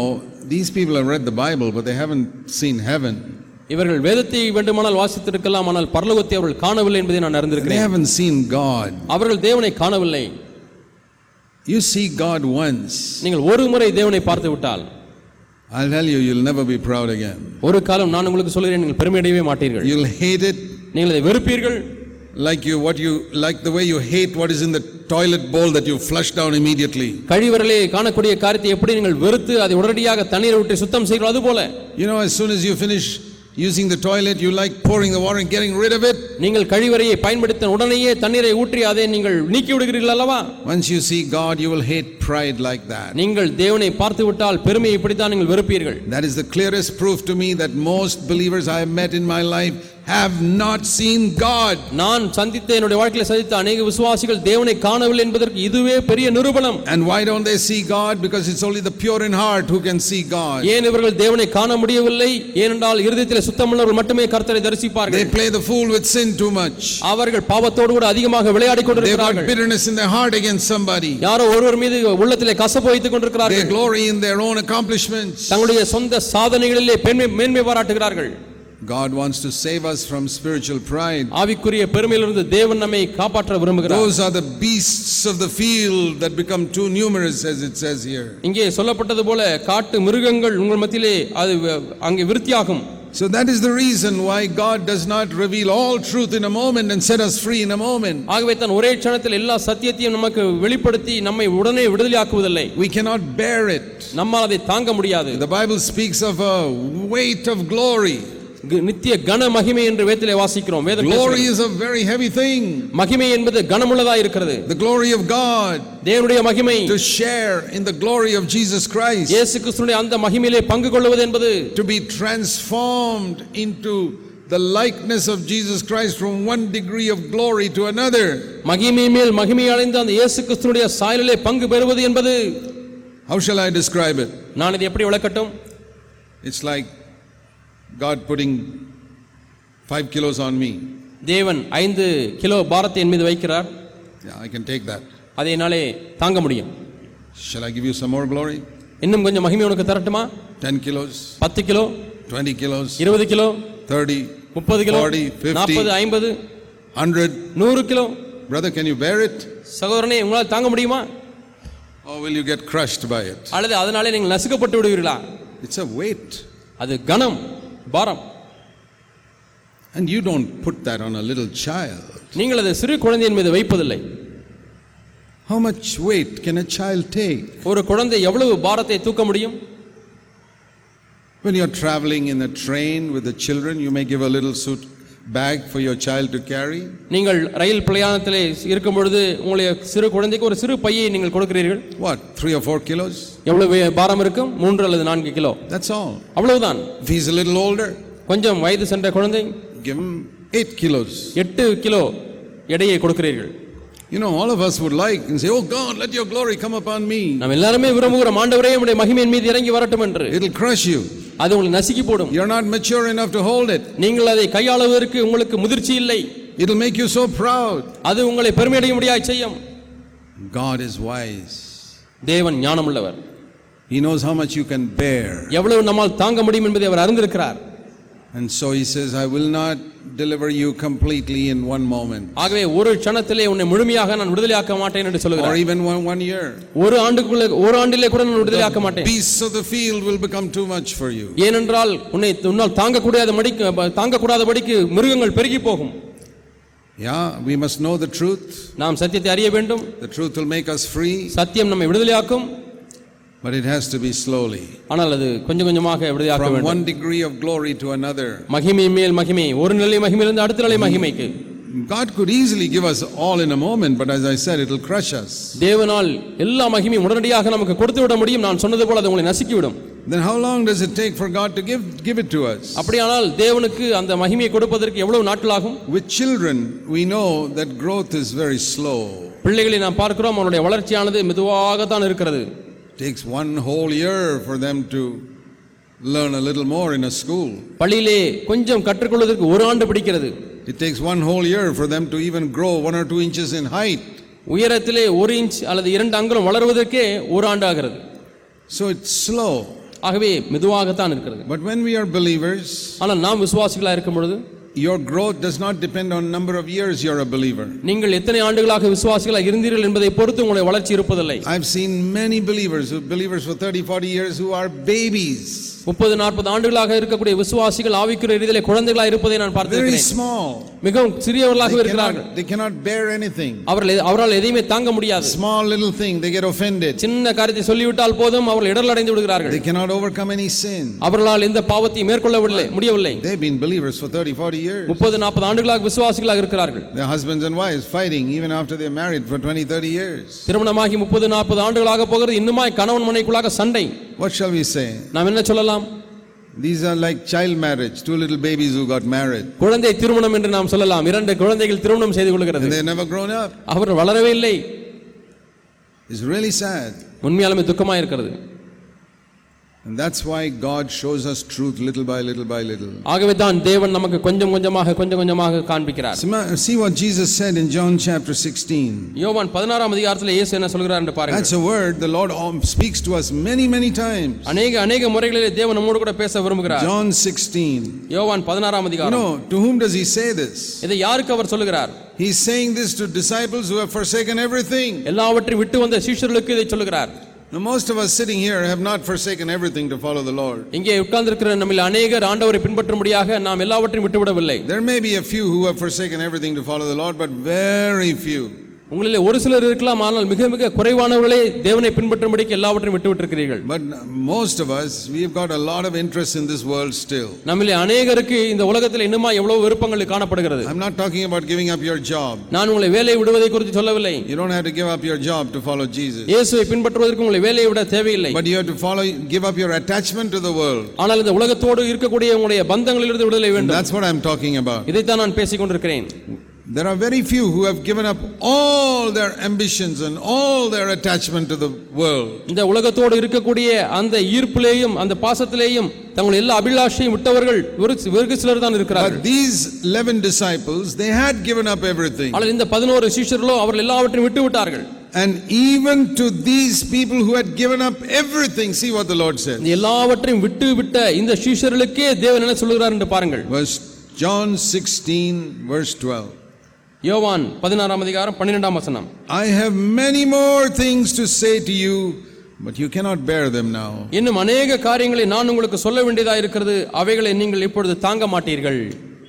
S1: these people have read the Bible, but they haven't seen heaven.
S2: இவர்கள் வேதத்தை வேண்டுமானால் வாசித்திருக்கலாம் ஆனால் பரலோகத்தை அவர்கள் காணவில்லை என்பதை நான்
S1: They
S2: அறிந்திருக்கிறேன்
S1: haven't seen God.
S2: அவர்கள் தேவனை காணவில்லை
S1: You see God once,
S2: நீங்கள் ஒரு முறை தேவனை பார்த்து விட்டால்
S1: I'll tell you, you'll never be proud again.
S2: ஒரு காலம் நான் உங்களுக்கு சொல்கிறேன் நீங்கள் பெருமையடையவே மாட்டீர்கள்
S1: You'll hate it
S2: நீங்கள் அதை வெறுப்பீர்கள்
S1: like you what you like the way you hate what is in the toilet bowl that you flush down immediately.
S2: கழிவறையிலே காணக்கூடிய காரியத்தை எப்படி நீங்கள் வெறுத்து அதை உடனடியாக தண்ணீரை விட்டு சுத்தம் செய்கிறோம் அதுபோல
S1: You know, as soon as you finish using the toilet, you like pouring the water and getting rid of it.
S2: நீங்கள் கழிவறையை பயன்படுத்த உடனேயே தண்ணீரை ஊற்றி அதை நீங்கள் நீக்கி விடுகிறீர்கள் அல்லவா
S1: Once you see God, you will hate pride like that.
S2: நீங்கள் தேவனை பார்த்து விட்டால் பெருமையை இப்படித்தான் நீங்கள் வெறுப்பீர்கள்
S1: That is the clearest proof to me that most believers I have met in my life have not seen God.
S2: நான் சந்தித்த என்னுடைய வாழ்க்கையில் சந்தித்த அநேக விசுவாசிகள் தேவனை காணவில்லை என்பதற்கு இதுவே பெரிய நிரூபணம்
S1: And why don't they see God? Because it's only the pure in heart who can see God.
S2: ஏன் இவர்கள் தேவனை காண முடியவில்லை ஏனென்றால் இருதயத்தில் சுத்தமுள்ளவர்கள் மட்டுமே கர்த்தரை
S1: They
S2: தரிசிப்பார்கள்
S1: play the fool with sin too much.
S2: அவர்கள் பாவத்தோடு கூட அதிகமாக விளையாடிக்
S1: They've got
S2: கொண்டிருக்கிறார்கள்
S1: bitterness in their heart against somebody.
S2: யாரோ ஒருவர் மீது உள்ளத்திலே கசப்பு வைத்துக்
S1: They
S2: கொண்டிருக்கிறார்கள்
S1: glory in their own accomplishments.
S2: தங்களுடைய சொந்த சாதனைகளிலே பெண்மை மேன்மை பாராட்டுகிறார்கள்
S1: God wants to save us from spiritual pride.
S2: ஆவிக்குரிய பெருமையிலிருந்து தேவன் நம்மை காப்பாற்ற விரும்புகிறார்
S1: Those are the beasts of the field that become too numerous, as it says here.
S2: இங்கே சொல்லப்பட்டது போல காட்டு மிருகங்கள் உங்கள் மத்தியிலே அது வ- அங்கே விருத்தியாகும்
S1: So that is the reason why God does not reveal all truth in a moment and set us free in a moment.
S2: ஆகவே தான் ஒரே க்ஷணத்தில் எல்லா சத்தியத்தையும் நமக்கு வெளிப்படுத்தி நம்மை உடனே விடுதலையாக்குவதில்லை
S1: We cannot bear it.
S2: நம்மால் அதை தாங்க முடியாது
S1: The Bible speaks of a weight of glory.
S2: கு- நித்திய கன மகிமை என்று வேத்திலே வாசிக்கிறோம் வேதம்
S1: Glory
S2: பேசுகிறது.
S1: is a very heavy thing.
S2: மகிமை என்பது கனமுள்ளதா இருக்கிறது
S1: The glory of God
S2: தேவனுடைய மகிமை
S1: to share in the glory of Jesus Christ,
S2: இயேசு கிறிஸ்துடைய அந்த மகிமையிலே பங்கு கொள்வது என்பது
S1: to be transformed into the likeness of Jesus Christ from one degree of glory to another.
S2: மகிமை மேல் மகிமை அடைந்த அந்த இயேசு கிறிஸ்துடைய சாயலிலே பங்கு பெறுவது என்பது
S1: How shall I describe it?
S2: நான் இதை எப்படி விளக்கட்டும்
S1: It's like God putting five kilos on me.
S2: தேவன் ஐந்து கிலோ பாரத்தை என் மீது வைக்கிறார்
S1: Yeah, I can take that.
S2: அதை என்னாலே தாங்க முடியும்
S1: Shall I give you some more glory?
S2: இன்னும் கொஞ்சம் மகிமை உனக்கு தரட்டுமா
S1: 10 kilos,
S2: பத்து கிலோ
S1: 20 kilos,
S2: இருபது கிலோ
S1: 30,
S2: முப்பது கிலோ
S1: 40, 50.
S2: நாற்பது ஐம்பது
S1: 100.
S2: நூறு kilo
S1: Brother, can you bear it?
S2: சகோதரனே உங்களால் தாங்க முடியுமா
S1: Or will you get crushed by it?
S2: அல்லது அதனாலே நீங்கள் நசுக்கப்பட்டு விடுவீர்களா
S1: It's a weight.
S2: அது கனம் பாரம்
S1: And you don't put that on a little child.
S2: நீங்கள் அதை சிறு குழந்தையின் மீது வைப்பதில்லை
S1: How much weight can a child take?
S2: ஒரு குழந்தை எவ்வளவு பாரத்தை தூக்க முடியும்
S1: When you're traveling in a train with the children, you may give a little suit bag for your child to carry.
S2: நீங்கள் ரயில் பிரயாணத்திலே இருக்கும் பொழுது உங்களுடைய சிறு குழந்தைக்கு ஒரு சிறு பையை நீங்கள் கொடுக்கிறீர்கள்
S1: What, three or four kilos?
S2: எவ்வளவு பாரம் இருக்கும் மூன்று அல்லது நான்கு கிலோ
S1: That's all.
S2: அவ்வளவுதான்
S1: If he's a little older,
S2: கொஞ்சம் வயது சென்ற குழந்தை
S1: give him eight kilos.
S2: எட்டு கிலோ எடையை கொடுக்கிறீர்கள்
S1: You know, all of us would like and say, Oh God, let your glory come upon me.
S2: நாம் எல்லாருமே விரும்புகிறோம் ஆண்டவரே உடைய மகிமையின் மீது இறங்கி வரட்டும் என்று
S1: It'll crush you.
S2: அது உங்களுக்கு நசுக்கி போடும்
S1: You're not mature enough to hold it.
S2: நீங்கள் அதை கையாளுவதற்கு உங்களுக்கு முதிர்ச்சி இல்லை
S1: It'll make you so proud.
S2: அது உங்களை பெருமையடைய முடியாது செய்யும்
S1: God is wise.
S2: தேவன் ஞானமுள்ளவர்
S1: He knows how much you can bear.
S2: எவ்வளவு நம்மால் தாங்க முடியும் என்பதை அவர் அறிந்திருக்கிறார்
S1: And so He says, I will not deliver you completely in one moment
S2: ஆகவே ஒரு க்ஷணத்திலே உன்னை முழுமையாக நான் விடுதலையாக்க மாட்டேன் என்று
S1: or
S2: சொல்கிறார்
S1: even one, one year.
S2: ஒரு ஆண்டுக்குள்ள ஒரு ஆண்டிலே கூட நான் விடுதலையாக்க மாட்டேன்
S1: Beasts of the field will become too much for you.
S2: ஏனென்றால் உன்னை உன்னால் தாங்கக்கூடாத மடிக்கு தாங்கக்கூடாதபடிக்கு மிருகங்கள் பெருகி போகும்
S1: Yeah, we must know the truth.
S2: நாம் சத்தியத்தை அறிய வேண்டும்
S1: The truth will make us free,
S2: சத்தியம் நம்மை விடுதலையாக்கும்
S1: but it has to be slowly.
S2: ஆனால் அது கொஞ்சம் கொஞ்சமாக விடுதலையாக்க
S1: From
S2: வேண்டும்
S1: one degree of glory to another.
S2: மகிமை மேல் மகிமை ஒரு நிலை மகிமையிலிருந்து அடுத்த நிலை மகிமைக்கு
S1: God could easily give us all in a moment, but as I said, it'll crush us.
S2: தேவனால் எல்லா மகிமையும் உடனடியாக நமக்கு கொடுத்து விட முடியும் நான் சொன்னது போல அது உங்களை நசுக்கிவிடும்
S1: Then how long does it take for God to give, give it to us?
S2: அப்படியானால் தேவனுக்கு அந்த மகிமையை கொடுப்பதற்கு எவ்வளவு நாட்கள் ஆகும்
S1: With children, we know that growth is very slow.
S2: பிள்ளைகளை நாம் பார்க்கிறோம் அவனுடைய வளர்ச்சியானது மெதுவாக தான் இருக்கிறது
S1: It takes one whole year for them to learn a little more in a school.
S2: பள்ளியிலே கொஞ்சம் கற்றுக்கொள்வதற்கு ஒரு ஆண்டு பிடிக்கிறது
S1: It takes one whole year for them to even grow one or two inches in height.
S2: உயரத்திலே ஒரு இன்ச் அல்லது இரண்டு அங்குலம் வளருவதற்கே ஒரு ஆண்டு ஆகிறது
S1: So it's slow.
S2: ஆகவே மெதுவாகத்தான் இருக்கிறது
S1: But when we are believers,
S2: ஆனால் நாம் விசுவாசிகளாக இருக்கும் பொழுது
S1: your growth does not depend on number of years you're a believer.
S2: நீங்கள் எத்தனை ஆண்டுகளாக விசுவாசிகளாக இருந்தீர்கள் என்பதை பொறுத்து உங்களுடைய வளர்ச்சி இருப்பதில்லை
S1: I've seen many believers, who- believers for 30, 40 years who are babies.
S2: முப்பது நாற்பது ஆண்டுகளாக இருக்கக்கூடிய விசுவாசிகள் ஆவிக்குரிய ரீதியிலே குழந்தைகளாக இருப்பதை நான்
S1: very
S2: பார்த்திருக்கிறேன்
S1: small.
S2: மிகவும் சிறியவர்களாக
S1: They
S2: இருக்கிறார்கள்
S1: cannot, they cannot bear anything.
S2: அவர்கள் எ- அவரால் எதையுமே தாங்க முடியாது
S1: Small little thing, they get offended.
S2: சின்ன காரியத்தை சொல்லிவிட்டால் போதும் அவர்கள் இடரல் அடைந்து விடுகிறார்கள்
S1: They cannot overcome any sin.
S2: அவர்களால் எந்த பாவத்தையும் மேற்கொள்ளவில்லை முடியவில்லை
S1: They've been believers for 30, 40 years.
S2: முப்பது நாற்பது ஆண்டுகளாக விசுவாசிகளாக இருக்கிறார்கள்
S1: Their husbands and wives fighting even after they're married for 20, 30 years.
S2: திருமணமாகி முப்பது நாற்பது ஆண்டுகளாக போகிறது இன்னுமாய் கணவன் மனைக்குள்ளாக சண்டை
S1: What shall we say?
S2: நாம் என்ன சொல்லலாம்
S1: These are like child marriage, two little babies who got married.
S2: குழந்தை திருமணம் என்று நாம் சொல்லலாம் இரண்டு குழந்தைகள் திருமணம் செய்து கொள்கிறது
S1: And they've never grown up.
S2: அவர்கள் வளரவே இல்லை
S1: It's really sad.
S2: உண்மையாலுமே துக்கமாக இருக்கிறது
S1: And that's why God shows us truth little by little by little.
S2: ஆகவே தான் தேவன் நமக்கு கொஞ்சம் கொஞ்சமாக கொஞ்சம் கொஞ்சமாக காண்பிக்கிறார்
S1: Sima- See what Jesus said in John chapter 16.
S2: யோவான் பதினாறாம் அதிகாரத்தில் இயேசு என்ன சொல்கிறார் என்று பாருங்கள்
S1: That's a word the Lord om- speaks to us many, many times.
S2: அநேக அநேக முறைகளிலே தேவன் நம்மோடு கூட பேச விரும்புகிறார்
S1: John 16.
S2: யோவான் பதினாறாம்
S1: You
S2: அதிகாரம்
S1: know, to whom does he say this?
S2: இதை யாருக்கு அவர் சொல்லுகிறார்
S1: He's saying this to disciples who have forsaken everything.
S2: எல்லாவற்றையும் விட்டு வந்த சீஷர்களுக்கு இதை சொல்லுகிறார்
S1: Now, most of us sitting here have not forsaken everything to follow the Lord.
S2: இங்கே உட்கார்ந்திருக்கிற நம்மில் அநேகர் ஆண்டவரை பின்பற்றும்படியாக நாம் எல்லாவற்றையும் விட்டுவிடவில்லை
S1: There may be a few who have forsaken everything to follow the Lord, but very few.
S2: உங்களிலே ஒரு சிலர் இருக்கலாம் ஆனால் மிக மிக குறைவானவர்களே தேவனை பின்பற்றும்படிக்கு எல்லாவற்றையும் விட்டுவிட்டிருக்கிறீர்கள்
S1: But most of us, we've got a lot of interest in this world still.
S2: நம்மிலே அநேகருக்கு இந்த உலகத்தில் இன்னுமா எவ்வளவு விருப்பங்கள் காணப்படுகிறது
S1: I'm not talking about giving up your job.
S2: நான் உங்களை வேலையை விடுவதை குறித்து சொல்லவில்லை
S1: You don't have to give up your job to follow Jesus.
S2: இயேசுவை பின்பற்றுவதற்கு உங்களை வேலையை விட தேவையில்லை
S1: But you have to follow, give up your attachment to the world.
S2: ஆனால் இந்த உலகத்தோடு இருக்கக்கூடிய உங்களுடைய பந்தங்களிலிருந்து விடுதலை
S1: And
S2: வேண்டும்
S1: that's what I'm talking about.
S2: இதைத்தான் நான் பேசிக் கொண்டிருக்கிறேன்
S1: There are very few who have given up all their ambitions and all their attachment to the world.
S2: இந்த உலகத்தோடு இருக்கக்கூடிய அந்த ஈர்ப்பிலேயும் அந்த பாசத்திலேயும் தங்கள் எல்லா அபிலாஷையும் விட்டவர்கள் ஒரு சி- வெகு சிலர் தான் இருக்கிறார்கள்
S1: But these 11 disciples, they had given up everything.
S2: ஆனால் இந்த பதினோரு சீஷர்களோ அவர்கள் எல்லாவற்றையும் விட்டு விட்டார்கள்
S1: And even to these people who had given up everything, see what the Lord said.
S2: இந்த எல்லாவற்றையும் விட்டு விட்ட இந்த சீஷர்களுக்கே தேவன் என்ன சொல்கிறார் என்று பாருங்கள்
S1: Verse John 16, verse 12.
S2: யோவான் பதினாறாம் அதிகாரம் பன்னிரெண்டாம் வசனம்
S1: I have many more things to say to you, but you cannot bear them now.
S2: இன்னும் அநேக காரியங்களை நான் உங்களுக்கு சொல்ல வேண்டியதா இருக்கிறது அவைகளை நீங்கள் இப்பொழுது தாங்க மாட்டீர்கள்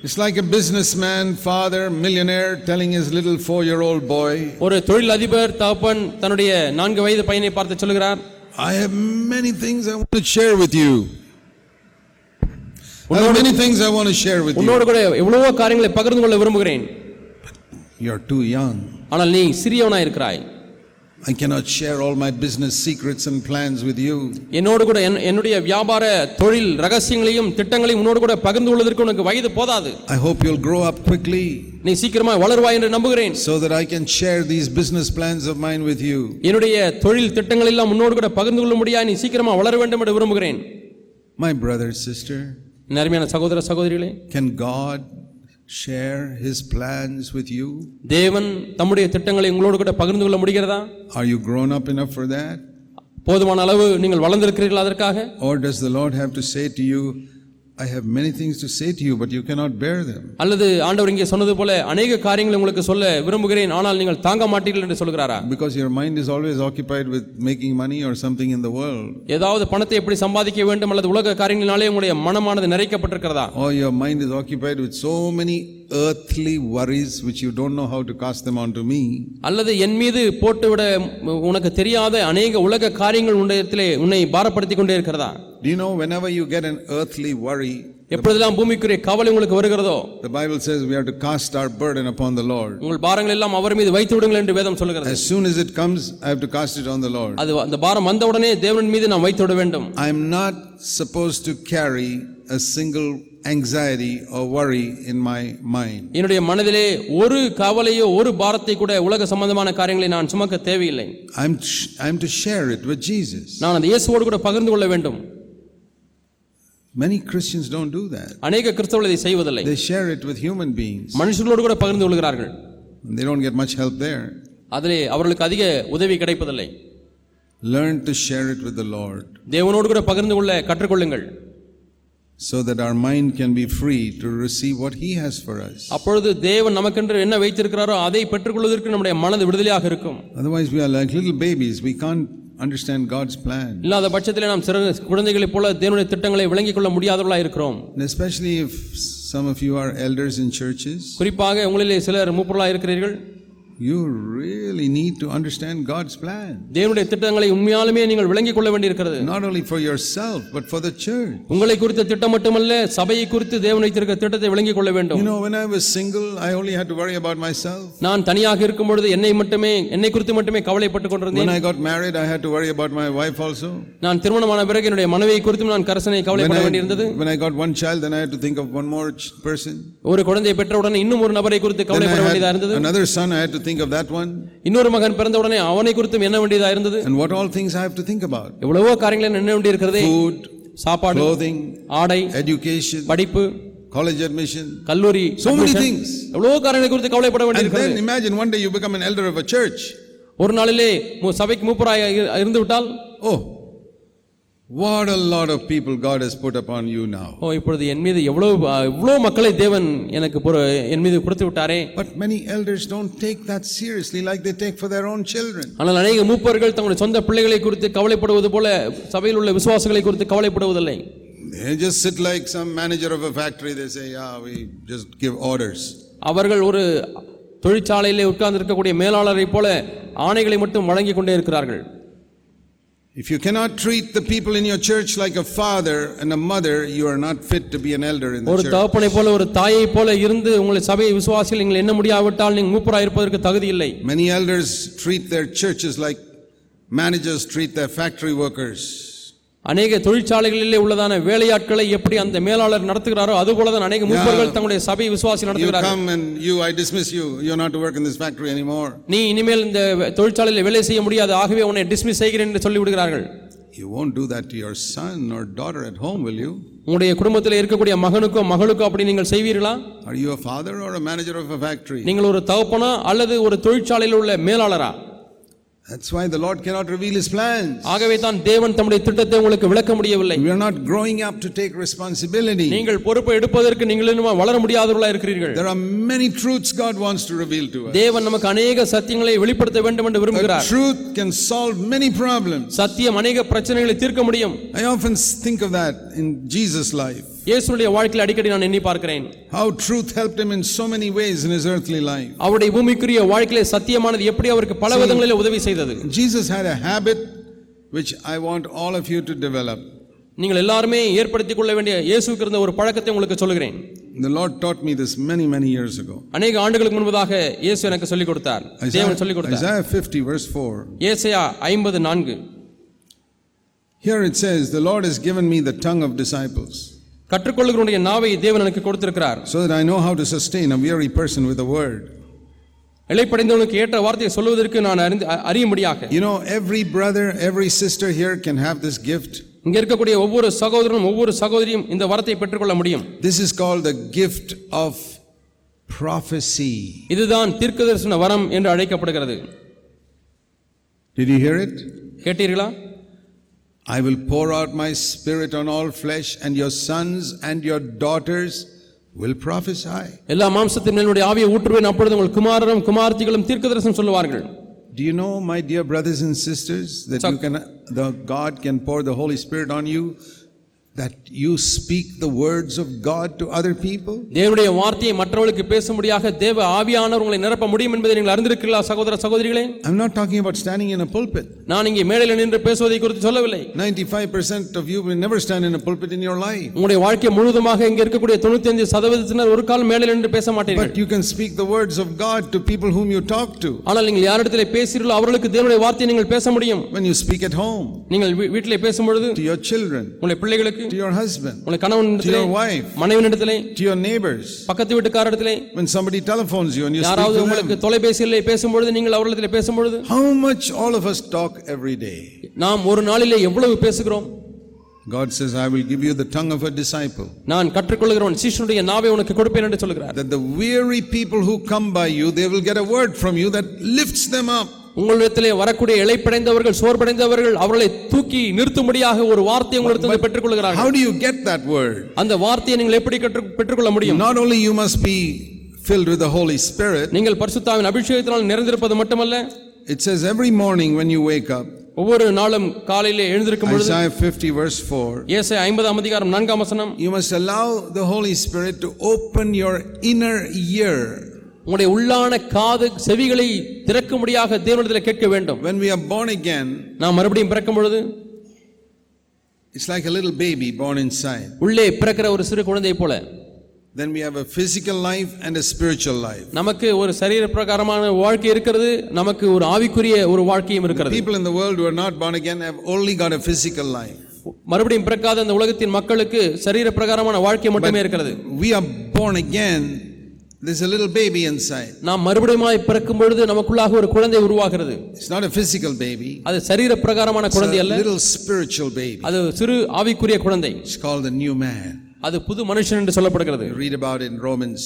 S1: It's like a businessman, father, millionaire, telling his little four year old boy,
S2: ஒரு தொழில் அதிபர் தகப்பன் தன்னுடைய நான்கு வயது பையனை பார்த்து சொல்கிறார்
S1: I have many things I want to share with you. I have many things I want to share with you.
S2: உன்னோடு கூட எவ்வளவோ காரியங்களை பகிர்ந்து கொள்ள விரும்புகிறேன்
S1: You're too young.
S2: ஆனால் நீ சிறியவனா இருக்கிறாய்
S1: I cannot share all my business secrets and plans with you.
S2: என்னோடு கூட என்- என்னுடைய வியாபார தொழில் ரகசியங்களையும் திட்டங்களையும் உன்னோடு கூட பகிர்ந்து கொள்வதற்கு உனக்கு வயது போதாது
S1: I hope you'll grow up quickly
S2: நீ சீக்கிரமா வளருவாய் என்று நம்புகிறேன்
S1: so that I can share these business plans of mine with you.
S2: என்னுடைய தொழில் திட்டங்கள் எல்லாம் உன்னோடு கூட பகிர்ந்து கொள்ள முடியாது நீ சீக்கிரமா வளர வேண்டும் என்று விரும்புகிறேன்
S1: My brother, sister,
S2: என் அருமையான சகோதர சகோதரிகளே
S1: can God share his plans with you?
S2: தேவன் தம்முடைய திட்டங்களை உங்களோடு கூட பகிர்ந்து கொள்ள முடிகிறதா
S1: Are you grown up enough for that?
S2: போதுமான அளவு நீங்கள் வளர்ந்திருக்கிறீர்கள் அதற்காக
S1: Or does the Lord have to say to you, I have many things to say to you, but you cannot bear them?
S2: அல்லது ஆண்டவர் இங்கே சொன்னது போல அநேக காரியங்களை உங்களுக்கு சொல்ல விரும்புகிறேன் ஆனால் நீங்கள் தாங்க மாட்டீர்கள் என்று சொல்கிறாரா
S1: Because your mind is always occupied with making money or something in the world.
S2: ஏதாவது பணத்தை எப்படி சம்பாதிக்க வேண்டும் அல்லது உலக காரியங்களினாலே உங்களுடைய மனமானது நிறைக்கப்பட்டிருக்கிறதா
S1: Or your mind is occupied with so many earthly worries which you don't know how to cast them onto me.
S2: அல்லது என் மீது போட்டுவிட உனக்கு தெரியாத அநேக உலக காரியங்கள் உன்னிடத்திலே உன்னை பாரப்படுத்தி கொண்டே இருக்கிறதா
S1: Do you know, whenever you get an earthly worry,
S2: எப்பொழுதெல்லாம் பூமிக்குரிய கவலை உங்களுக்கு வருகிறதோ
S1: the Bible says we have to cast our burden upon the Lord.
S2: உங்கள் பாரங்கள் எல்லாம் அவர் மீது வைத்து விடுங்கள் என்று வேதம் சொல்கிறது
S1: As soon as it comes, I have to cast it on the Lord.
S2: அது அந்த பாரம் வந்தவுடனே தேவன் மீது நாம் வைத்து விட வேண்டும்
S1: I am not supposed to carry a single anxiety or worry in my mind.
S2: என்னுடைய மனதிலே ஒரு கவலையோ ஒரு பாரத்தை கூட உலக சம்பந்தமான காரியங்களை நான் சுமக்க தேவையில்லை
S1: I'm, sh- I'm to share it with Jesus.
S2: நான் அந்த இயேசுவோடு கூட பகிர்ந்து கொள்ள வேண்டும்
S1: Many Christians don't do that.
S2: அநேக கிறிஸ்தவர்கள் இதை செய்வதில்லை
S1: They share it with human beings.
S2: மனுஷர்களோடு கூட பகிர்ந்து கொள்கிறார்கள்
S1: They don't get much help there.
S2: அதிலே அவர்களுக்கு அதிக உதவி கிடைப்பதில்லை
S1: Learn to share it with the Lord
S2: தேவனோடு கூட பகிர்ந்து கொள்ள கற்றுக்கொள்ளுங்கள்
S1: so that our mind can be free to receive what He has for us.
S2: அப்பொழுது தேவன் நமக்கென்று என்ன வைத்திருக்கிறாரோ அதை பெற்றுக்கொள்வதற்கு நம்முடைய மனது விடுதலையாக இருக்கும்
S1: Otherwise, we are like little babies. We can't understand God's plan.
S2: இல்லாத பட்சத்தில் நாம் சிறு குழந்தைகளைப் போல தேவனுடைய திட்டங்களை விளங்கிக் கொள்ள முடியாதவர்களாக இருக்கிறோம்
S1: And especially if some of you are elders in churches,
S2: குறிப்பாக உங்களிலே சிலர் மூப்பொருளாக இருக்கிறீர்கள்
S1: you really need to understand God's plan.
S2: தேவனுடைய திட்டங்களை உண்மையாலுமே நீங்கள் விளங்கிக் கொள்ள வேண்டியிருக்கிறது
S1: Not only for yourself, but for the church.
S2: உங்களை குறித்த திட்டம் மட்டுமல்ல சபையை குறித்து தேவன் வைத்திருக்கிற திட்டத்தை விளங்கிக் கொள்ள வேண்டும்
S1: You know, when I was single, I only had to worry about myself.
S2: நான் தனியாக இருக்கும் பொழுது என்னை மட்டுமே என்னை குறித்து மட்டுமே கவலைப்பட்டுக்
S1: When
S2: கொண்டிருந்தேன்
S1: I got married, I had to worry about my wife also.
S2: நான் திருமணமான பிறகு என்னுடைய மனைவியை குறித்தும் நான் கரசனை
S1: When
S2: கவலைப்பட
S1: I,
S2: வேண்டியிருந்தது
S1: when I got one child, then I had to think of one more ch- person.
S2: ஒரு குழந்தையை பெற்றவுடன் இன்னும் ஒரு நபரை குறித்து
S1: Then I
S2: கவலைப்பட
S1: had
S2: வேண்டியதா இருந்தது
S1: another son, I had to think of that one.
S2: இன்னொரு மகன் பிறந்தவுடனே அவனை குறித்தும் என்ன வேண்டியதா இருந்தது
S1: And what all things I have to think about
S2: எவ்வளவோ காரியங்களை என்ன வேண்டி இருக்கிறது
S1: food,
S2: சாப்பாடு
S1: clothing,
S2: ஆடை
S1: education,
S2: படிப்பு
S1: college admission.
S2: கல்லூரி
S1: So many
S2: admission,
S1: things.
S2: எவ்வளவோ காரியங்களை குறித்து கவலைப்பட
S1: And
S2: வேண்டியிருக்கிறது
S1: then imagine one day you become an elder of a church.
S2: ஒரு நாளிலே மு- சபைக்கு மூப்பராக இரு- இருந்து விட்டால்
S1: Oh, what a lot of people God has put upon you now.
S2: ஓ இப்பொழுது என் மீது எவ்வளவு ஆ, இவ்வளவு மக்களை தேவன் எனக்கு பொறு- என் மீது கொடுத்து விட்டாரே
S1: But many elders don't take that seriously like they take for their own children.
S2: ஆனால் அநேக மூப்பர்கள் தங்களுடைய சொந்த பிள்ளைகளை குறித்து கவலைப்படுவது போல சபையில் உள்ள விசுவாசங்களை குறித்து கவலைப்படுவதில்லை
S1: They just sit like some manager of a factory, they say, yeah, we just give orders.
S2: அவர்கள் ஒரு தொழிற்சாலையிலே உட்கார்ந்து இருக்கக்கூடிய மேலாளரைப் போல ஆணைகளை மட்டும் வழங்கிக் கொண்டே இருக்கிறார்கள்
S1: If you cannot treat the people in your church like a father and a mother, you are not fit to be an elder in the
S2: ஒரு
S1: church.
S2: தகப்பனை போல ஒரு தாயை போல இருந்து உங்களை சபையை விசுவாசியில் நீங்கள் என்ன முடியாவிட்டால் நீங்கள் மூப்பராக இருப்பதற்கு தகுதி இல்லை
S1: Many elders treat their churches like managers treat their factory workers.
S2: அநேக தொழிற்சாலைகளிலே உள்ளதான வேலையாட்களை எப்படி அந்த மேலாளர் நடத்துகிறாரோ அதுபோல தான் அநேக மூப்பர்கள் தங்களுடைய சபை விசுவாசி
S1: You
S2: நடத்துகிறார்கள்
S1: come and you, I dismiss you. You're not to work in this factory anymore.
S2: நீ இனிமேல் இந்த தொழிற்சாலையில் வேலை செய்ய முடியாது ஆகவே உன்னை டிஸ்மிஸ் செய்கிறேன் என்று சொல்லிவிடுகிறார்கள்
S1: You won't do that to your son or daughter at home, will you?
S2: உங்களுடைய குடும்பத்தில் இருக்கக்கூடிய மகனுக்கோ மகளுக்கோ அப்படி நீங்கள் செய்வீர்களா
S1: Are you a father or a manager of a factory?
S2: நீங்கள் ஒரு தகப்பனா அல்லது ஒரு தொழிற்சாலையில் உள்ள மேலாளரா
S1: That's why the Lord cannot reveal his plans.
S2: ஆகவே தான் தேவன் தம்முடைய திட்டத்தை உங்களுக்கு விளக்க முடியவில்லை
S1: We are not growing up to take responsibility.
S2: நீங்கள் பொறுப்பை எடுப்பதற்கு நீங்கள் இன்னும் வளர முடியாதவர்களா இருக்கிறீர்கள்
S1: There are many truths God wants to reveal to us.
S2: தேவன் நமக்கு அநேக சத்தியங்களை வெளிப்படுத்த வேண்டும் என்று
S1: A
S2: விரும்புகிறார்
S1: truth can solve many problems.
S2: சத்தியம் அநேக பிரச்சனைகளை தீர்க்க முடியும்
S1: I often think of that in Jesus' life.
S2: இயேசுடைய வாழ்க்கையில் அடிக்கடி நான் எண்ணி பார்க்கிறேன்
S1: How truth helped him in so many ways in his earthly life.
S2: அவருடைய பூமிக்குரிய வாழ்க்கையிலே சத்தியமானது எப்படி அவருக்கு பல விதங்களில் உதவி செய்தது
S1: Jesus had a habit which I want all of you to develop.
S2: நீங்கள் எல்லாருமே ஏற்படுத்திக் கொள்ள வேண்டிய இயேசுவுக்கு இருந்த ஒரு பழக்கத்தை உங்களுக்கு சொல்லுகிறேன்
S1: The Lord taught me this many, many years ago.
S2: அநேக ஆண்டுகளுக்கு முன்பதாக இயேசு எனக்கு சொல்லிக் கொடுத்தார்
S1: Isaiah,
S2: தேவன் சொல்லிக் கொடுத்தார்
S1: Isaiah 50, verse 4.
S2: ஏசையா ஐம்பது நான்கு
S1: Here it says, The Lord has given me the tongue of disciples,
S2: கற்றுக்கொள்ளுகிறவனுடைய நாவை தேவன் எனக்கு கொடுத்திருக்கிறார்
S1: so that I know how to sustain a weary person with a word.
S2: இழைப்படைந்தவனுக்கு ஏற்ற வார்த்தையை சொல்வதற்கு நான் அறிந்து அ- அறியும்படியாக
S1: You know, every brother, every sister here can have this gift.
S2: இங்க இருக்கக்கூடிய ஒவ்வொரு சகோதரனும் ஒவ்வொரு சகோதரியும் இந்த வரத்தை பெற்றுக்கொள்ள முடியும்
S1: This is called the gift of prophecy.
S2: இதுதான் தீர்க்கதரிசன வரம் என்று அழைக்கப்படுகிறது
S1: Did you hear it?
S2: கேட்டீர்களா
S1: I will pour out my spirit on all flesh, and your sons and your daughters will prophesy.
S2: எல்லா மாம்சத்தின் மேல் என்னுடைய ஆவியை ஊற்றுவேன் அப்பொழுது உங்கள் குமாரரும் குமாரத்திகளும் தீர்க்கதரிசனம் சொல்லுவார்கள்
S1: Do you know, my dear brothers and sisters, that you can, the God can pour the Holy Spirit on you, that you speak the words of God to other people?
S2: தேவனுடைய வார்த்தையை மற்றவர்களுக்கு பேசும்படியாக தேவ ஆவியானவர் உங்களை நிரப்ப முடியும் என்பதை நீங்கள் அறிந்திருக்கிறீர்களா சகோதர சகோதரிகளே
S1: I'm not talking about standing in a pulpit.
S2: நான் இங்கே மேடையில் நின்று பேசுவதை குறித்து சொல்லவில்லை
S1: 95% of you will never stand in a pulpit in your life.
S2: உங்களுடைய வாழ்க்கை முழுவதுமாக இங்கே இருக்கக்கூடிய தொண்ணூத்தி சதவீதத்தினர் ஒரு காலம் மேடையில் நின்று பேச மாட்டீர்கள்
S1: But you can speak the words of God to people whom you talk to
S2: ஆனால் நீங்கள் யாரிடத்தில் பேசுகிறீர்களோ அவர்களுக்கு தேவனுடைய வார்த்தையை நீங்கள் பேச முடியும்
S1: when you speak at home,
S2: நீங்கள் வீ- வீட்டிலே பேசும்பொழுது
S1: to your children,
S2: உங்களுடைய பிள்ளைகளுக்கு
S1: to your husband,
S2: உங்களுடைய
S1: to
S2: கணவனிடத்திலே
S1: your wife,
S2: மனைவினிடத்திலே
S1: to your neighbors.
S2: பக்கத்து வீட்டுக்காரரிடத்திலே
S1: When somebody telephones you and you speak
S2: யாராவது
S1: to
S2: உங்களுக்கு
S1: them,
S2: தொலைபேசியிலே பேசும்பொழுது நீங்கள் அவர்களிடத்தில் பேசும்பொழுது
S1: how much all of us talk every day?
S2: நாம் ஒரு நாளிலே எவ்வளவு பேசுகிறோம்
S1: God says, I will give you the tongue of a disciple,
S2: நான் கற்றுக்கொள்கிறவன் சீஷனுடைய நாவை உனக்கு கொடுப்பேன் என்று சொல்கிறார்
S1: that the weary people who come by you, they will get a word from you that lifts them up.
S2: உங்களிடத்திலே வரக்கூடிய இழைப்படைந்தவர்கள் சோர்படைந்தவர்கள் அவர்களை தூக்கி நிறுத்தும்படியாக ஒரு வார்த்தையை உங்களிடத்தில் பெற்றுக்கொள்கிறார்கள்
S1: How do you get that word?
S2: அந்த வார்த்தையை நீங்கள் எப்படி கற்று பெற்றுக்கொள்ள முடியும்
S1: Not only you must be filled with the Holy Spirit,
S2: நீங்கள் பரிசுத்தாவின் அபிஷேகத்தினால் நிறைந்திருப்பது மட்டுமல்ல
S1: it says every morning when you wake up,
S2: ஒவ்வொரு நாளும் காலையிலே எழுந்திருக்கும் பொழுது
S1: Isaiah 50, verse 4.
S2: ஏசாயா ஐம்பதாம் அதிகாரம் நான்காம் வசனம்
S1: You must allow the Holy Spirit to open your inner ear.
S2: உங்களுடைய உள்ளான காது செவிகளை திறக்கும்படியாக தேவனிடத்தில் கேட்க வேண்டும்
S1: When we are born again,
S2: நாம் மறுபடியும் பிறக்கும் பொழுது
S1: it's like a little baby born inside.
S2: உள்ளே பிறக்கிற ஒரு சிறு குழந்தை போல
S1: Then we have a physical life and a spiritual life.
S2: நமக்கு ஒரு சரீர பிரகாரமான வாழ்க்கை இருக்கிறது நமக்கு ஒரு ஆவிக்குரிய ஒரு வாழ்க்கையும் இருக்கிறது
S1: People in the world who are not born again have only got a physical life.
S2: மறுபடியும் பிறக்காத அந்த உலகத்தின் மக்களுக்கு சரீர பிரகாரமான வாழ்க்கை மட்டுமே இருக்கிறது
S1: We are born again, there's a little baby inside.
S2: நாம் மறுபடியுமாய் பிறக்கும் பொழுது நமக்குள்ளாக ஒரு குழந்தை உருவாகிறது
S1: It's not a physical baby,
S2: அது சரீர பிரகாரமான
S1: it's
S2: குழந்தை
S1: a
S2: அல்ல
S1: little spiritual baby.
S2: அது சிறு ஆவிக்குரிய குழந்தை
S1: It's called the new man.
S2: அது புது மனுஷன் என்று சொல்லப்படுகிறது
S1: You read about it in Romans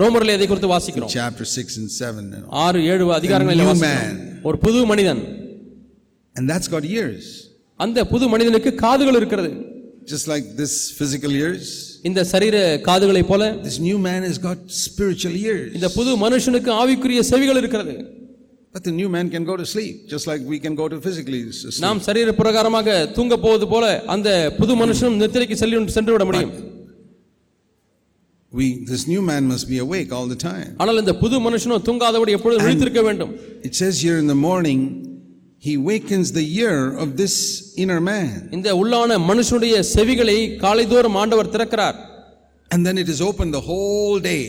S2: ரோமர்ல இதை குறித்து வாசிக்கிறோம்
S1: chapter 6 and 7. And, all.
S2: ஆறு ஏழு அதிகாரங்களில்
S1: new
S2: வாசிக்கிறோம். ஒரு புது மனிதன்
S1: and that's got ears.
S2: அந்த புது மனிதனுக்கு காதுகள் இருக்கிறது
S1: Just like this physical ears,
S2: இந்த சரீர காதுகளைப் போல
S1: this new man has got spiritual ears.
S2: இந்த புது மனுஷனுக்கு ஆவிக்குரிய செவிகள் இருக்கிறது
S1: But the new man can go to sleep, just like we can go to physically s- sleep.
S2: நாம் சரீர பிரகாரமாக தூங்க போவது போல அந்த புது மனுஷனும் நித்திரைக்கு செல்லி சென்று விட முடியும்
S1: We, this new man must be awake all the time.
S2: ஆனால் இந்த புது மனுஷனும் தூங்காதபடி எப்பொழுதும் விழித்திருக்க வேண்டும்
S1: It says here in the morning, he wakens the ear of this inner man,
S2: இந்த உள்ளான மனுஷனுடைய செவிகளை காலைதோறும் ஆண்டவர் திறக்கிறார்
S1: and then it is open the whole day.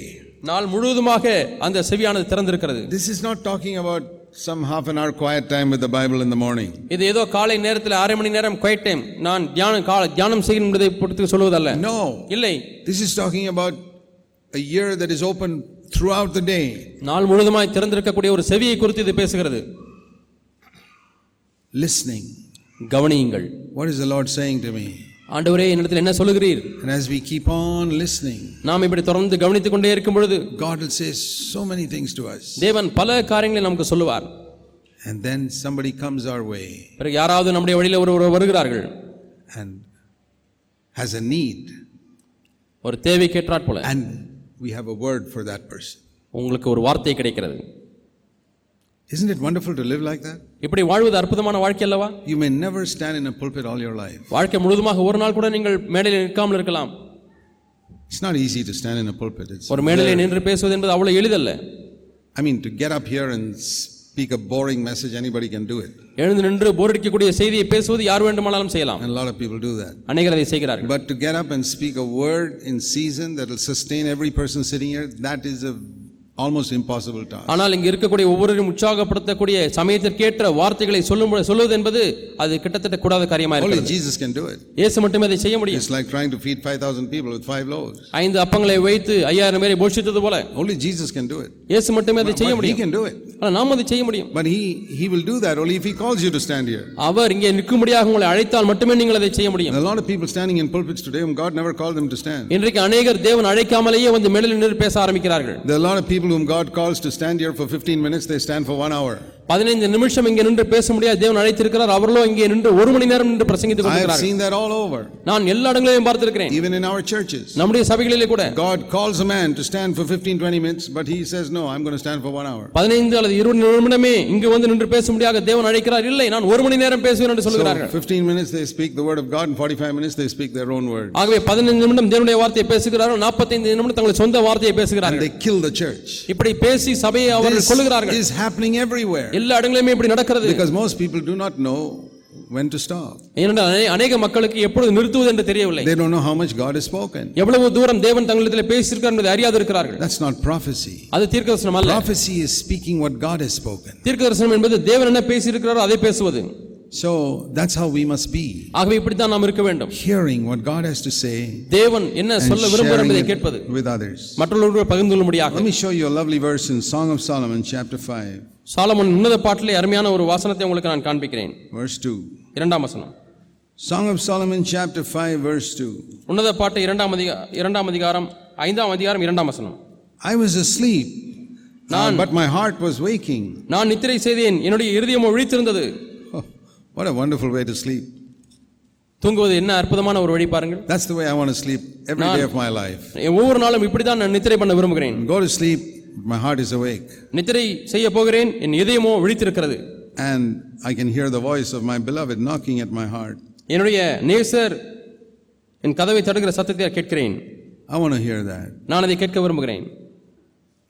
S2: நாள் முழுவதுமாக அந்த செவியானது திறந்திருக்கிறது
S1: This is not talking about some half an hour quiet time with the Bible in the morning.
S2: இது ஏதோ காலை நேரத்தில் அரை மணி நேரம் குவைட் டைம் நான் தியானம் கால தியானம் செய்கிறேன் என்பதை பொறுத்து சொல்வதல்ல
S1: No,
S2: இல்லை
S1: this is talking about a ear that is open throughout the day,
S2: நாள் முழுதுமாய் திறந்திருக்கக்கூடிய ஒரு செவியை குறித்து இது பேசுகிறது
S1: listening.
S2: கவனியுங்கள்
S1: What is the Lord saying to me?
S2: ஆண்டவரே என்னிடத்தில் என்ன சொல்லுகிறீர்
S1: And as we keep on listening,
S2: நாம் இப்படி தொடர்ந்து கவனித்துக் கொண்டே இருக்கும் பொழுது
S1: God will say so many things to us.
S2: தேவன் பல காரியங்களை நமக்கு சொல்லுவார்
S1: And then somebody comes our way
S2: பிறகு யாராவது நம்முடைய வழியில் ஒருவர் வருகிறார்கள்
S1: and has a need,
S2: ஒரு தேவை கேட்டாற் போல
S1: and we have a word for that person.
S2: உங்களுக்கு ஒரு வார்த்தை கிடைக்கிறது
S1: Isn't it wonderful to live like that?
S2: இப்படி வாழ்வது அற்புதமான வாழ்க்கை அல்லவா
S1: You may never stand in a pulpit all your life.
S2: வாழ்க்கை முழுதுமாக ஒரு நாள் கூட நீங்கள் மேடையில் நிற்காமல் இருக்கலாம்
S1: It's not easy to stand in a pulpit. It's,
S2: ஒரு மேடையில் நின்று பேசுவது என்பது அவ்வளவு எளிதல்ல
S1: I mean, to get up here and speak a boring message, anybody can do it.
S2: எழுந்து நின்று போரடிக்கக்கூடிய செய்தியை பேசுவது யார் வேண்டுமானாலும் செய்யலாம்
S1: And a lot of people do that.
S2: அநேகர் அதை செய்கிறார்கள்
S1: But to get up and speak a word in season that will sustain every person sitting here, that is a almost impossible task.
S2: ஆனால் இங்கு இருக்கக்கூடிய ஒவ்வொருவரையும் உற்சாகப்படுத்தக்கூடிய சமயத்திற்கேற்ற வார்த்தைகளை சொல்லும் சொல்லுவது என்பது அது கிட்டத்தட்ட கூடாத காரியமா
S1: Only
S2: இருக்கிறது
S1: Jesus can do it.
S2: இயேசு மட்டுமே அதை செய்ய முடியும்
S1: It's like trying to feed 5,000 people with five loaves.
S2: ஐந்து அப்பங்களை வைத்து ஐயாயிரம் பேரை போஷித்தது போல
S1: Only Jesus can do it.
S2: இயேசு மட்டுமே அதை செய்ய
S1: He
S2: முடியும்
S1: can do it.
S2: ஆனால் நாம் அதை செய்ய முடியும்
S1: But he, he will do that only if he calls you to stand here.
S2: அவர் இங்கே நிற்கும்படியாக உங்களை அழைத்தால் மட்டுமே நீங்கள் அதை செய்ய
S1: There
S2: முடியும்
S1: are a lot of people standing in pulpits today whom God never called them to stand.
S2: இன்றைக்கு அநேகர் தேவன் அழைக்காமலேயே வந்து மேடலில் நின்று பேச ஆரம்பிக்கிறார்கள்
S1: There are a lot of people whom God calls to stand here for 15 minutes, they stand for one hour.
S2: பதினைந்து நிமிஷம் இங்கே நின்று பேச முடியாது தேவன் அழைத்திருக்கிறார் அவர்களோ இங்கே நின்று ஒரு மணி நேரம் நின்று பிரசங்கித்துக்
S1: I have
S2: கொண்டிருக்கிறார்கள்
S1: seen that all over,
S2: நான் எல்லா இடங்களையும் பார்த்திருக்கிறேன்
S1: even in our churches.
S2: நம்முடைய சபைகளிலே கூட
S1: God calls a man to stand for 15, 20 minutes, but he says, No, I'm going to stand for one hour.
S2: பதினைந்து அல்லது இருபது நிமிடமே இங்கு வந்து நின்று பேசும்படியாக தேவன் அழைக்கிறார் இல்லை நான் ஒரு மணி நேரம் பேசுவேன் என்று
S1: So
S2: சொல்கிறார்கள்
S1: 15 minutes they speak the word of God, and 45 minutes they speak their own word.
S2: ஆகவே பதினைந்து நிமிடம் தேவனுடைய வார்த்தையை பேசுகிறார்கள் நாற்பத்தைந்து நிமிடம் தங்கள் சொந்த வார்த்தையை
S1: And
S2: பேசுகிறார்கள்
S1: they kill the church.
S2: இப்படி பேசி சபையை அவர்கள்
S1: This
S2: கொள்கிறார்கள்
S1: is happening everywhere.
S2: எல்லா இடங்களிலுமே இப்படி நடக்கிறது
S1: Because most people do not know when to stop.
S2: ஏனென்றால் அநே- அநேக மக்களுக்கு எப்பொழுது நிறுத்துவது என்று தெரியவில்லை
S1: They don't know how much God has spoken.
S2: எவ்வளவு தூரம் தேவன் தங்களிடத்தில் பேசியிருக்கார் என்பதை அறியாது இருக்கிறார்கள்
S1: That's not prophecy.
S2: அது தீர்க்கதரிசனம் அல்ல
S1: Prophecy is speaking what God has spoken.
S2: தீர்க்கதரிசனம் என்பது தேவன் என்ன பேசியிருக்கிறாரோ அதை பேசுவது
S1: So that's how we must be.
S2: ஆகவே இப்படித்தான் நாம் இருக்க வேண்டும்
S1: Hearing what God has to say
S2: தேவன் என்ன
S1: and
S2: சொல்ல விரும்புகிறார்
S1: sharing
S2: என்பதை கேட்பது
S1: it with others.
S2: மற்றவர்களோடு பகிர்ந்து கொள்ள முடியாது
S1: Let me show you a lovely verse in Song of Solomon, chapter 5,
S2: Solomon உன்னத பாட்டிலே அருமையான ஒரு வாசனத்தை உங்களுக்கு நான் காண்பிக்கிறேன்
S1: verse 2.
S2: இரண்டாம் வசனம்
S1: Song of Solomon, chapter 5, verse 2.
S2: உன்னத பாட்டு இரண்டாம் அதிகா இரண்டாம் அதிகாரம் ஐந்தாம் அதிகாரம் இரண்டாம் வசனம்
S1: I was asleep, uh, but my heart was waking. *laughs*
S2: நான் நித்திரை செய்தேன் என்னுடைய இருதயம் விழித்திருந்தது
S1: Oh, what a wonderful way to sleep.
S2: தூங்குவது என்ன அற்புதமான ஒரு வழி பாருங்கள்
S1: That's the way I want to sleep every day of my life.
S2: என் ஒவ்வொரு நாளும் இப்படித்தான் நான் நித்திரை பண்ண விரும்புகிறேன்
S1: Go to sleep, my heart is awake.
S2: நித்திரை செய்ய போகிறேன் என் இதயமோ விழித்திருக்கிறது
S1: and I can hear the voice of my beloved knocking at my heart.
S2: என்னுடைய நேசர் என் கதவை தடுக்கிற சத்தத்தை கேட்கிறேன்
S1: I want to hear that.
S2: நான் அதை கேட்க விரும்புகிறேன்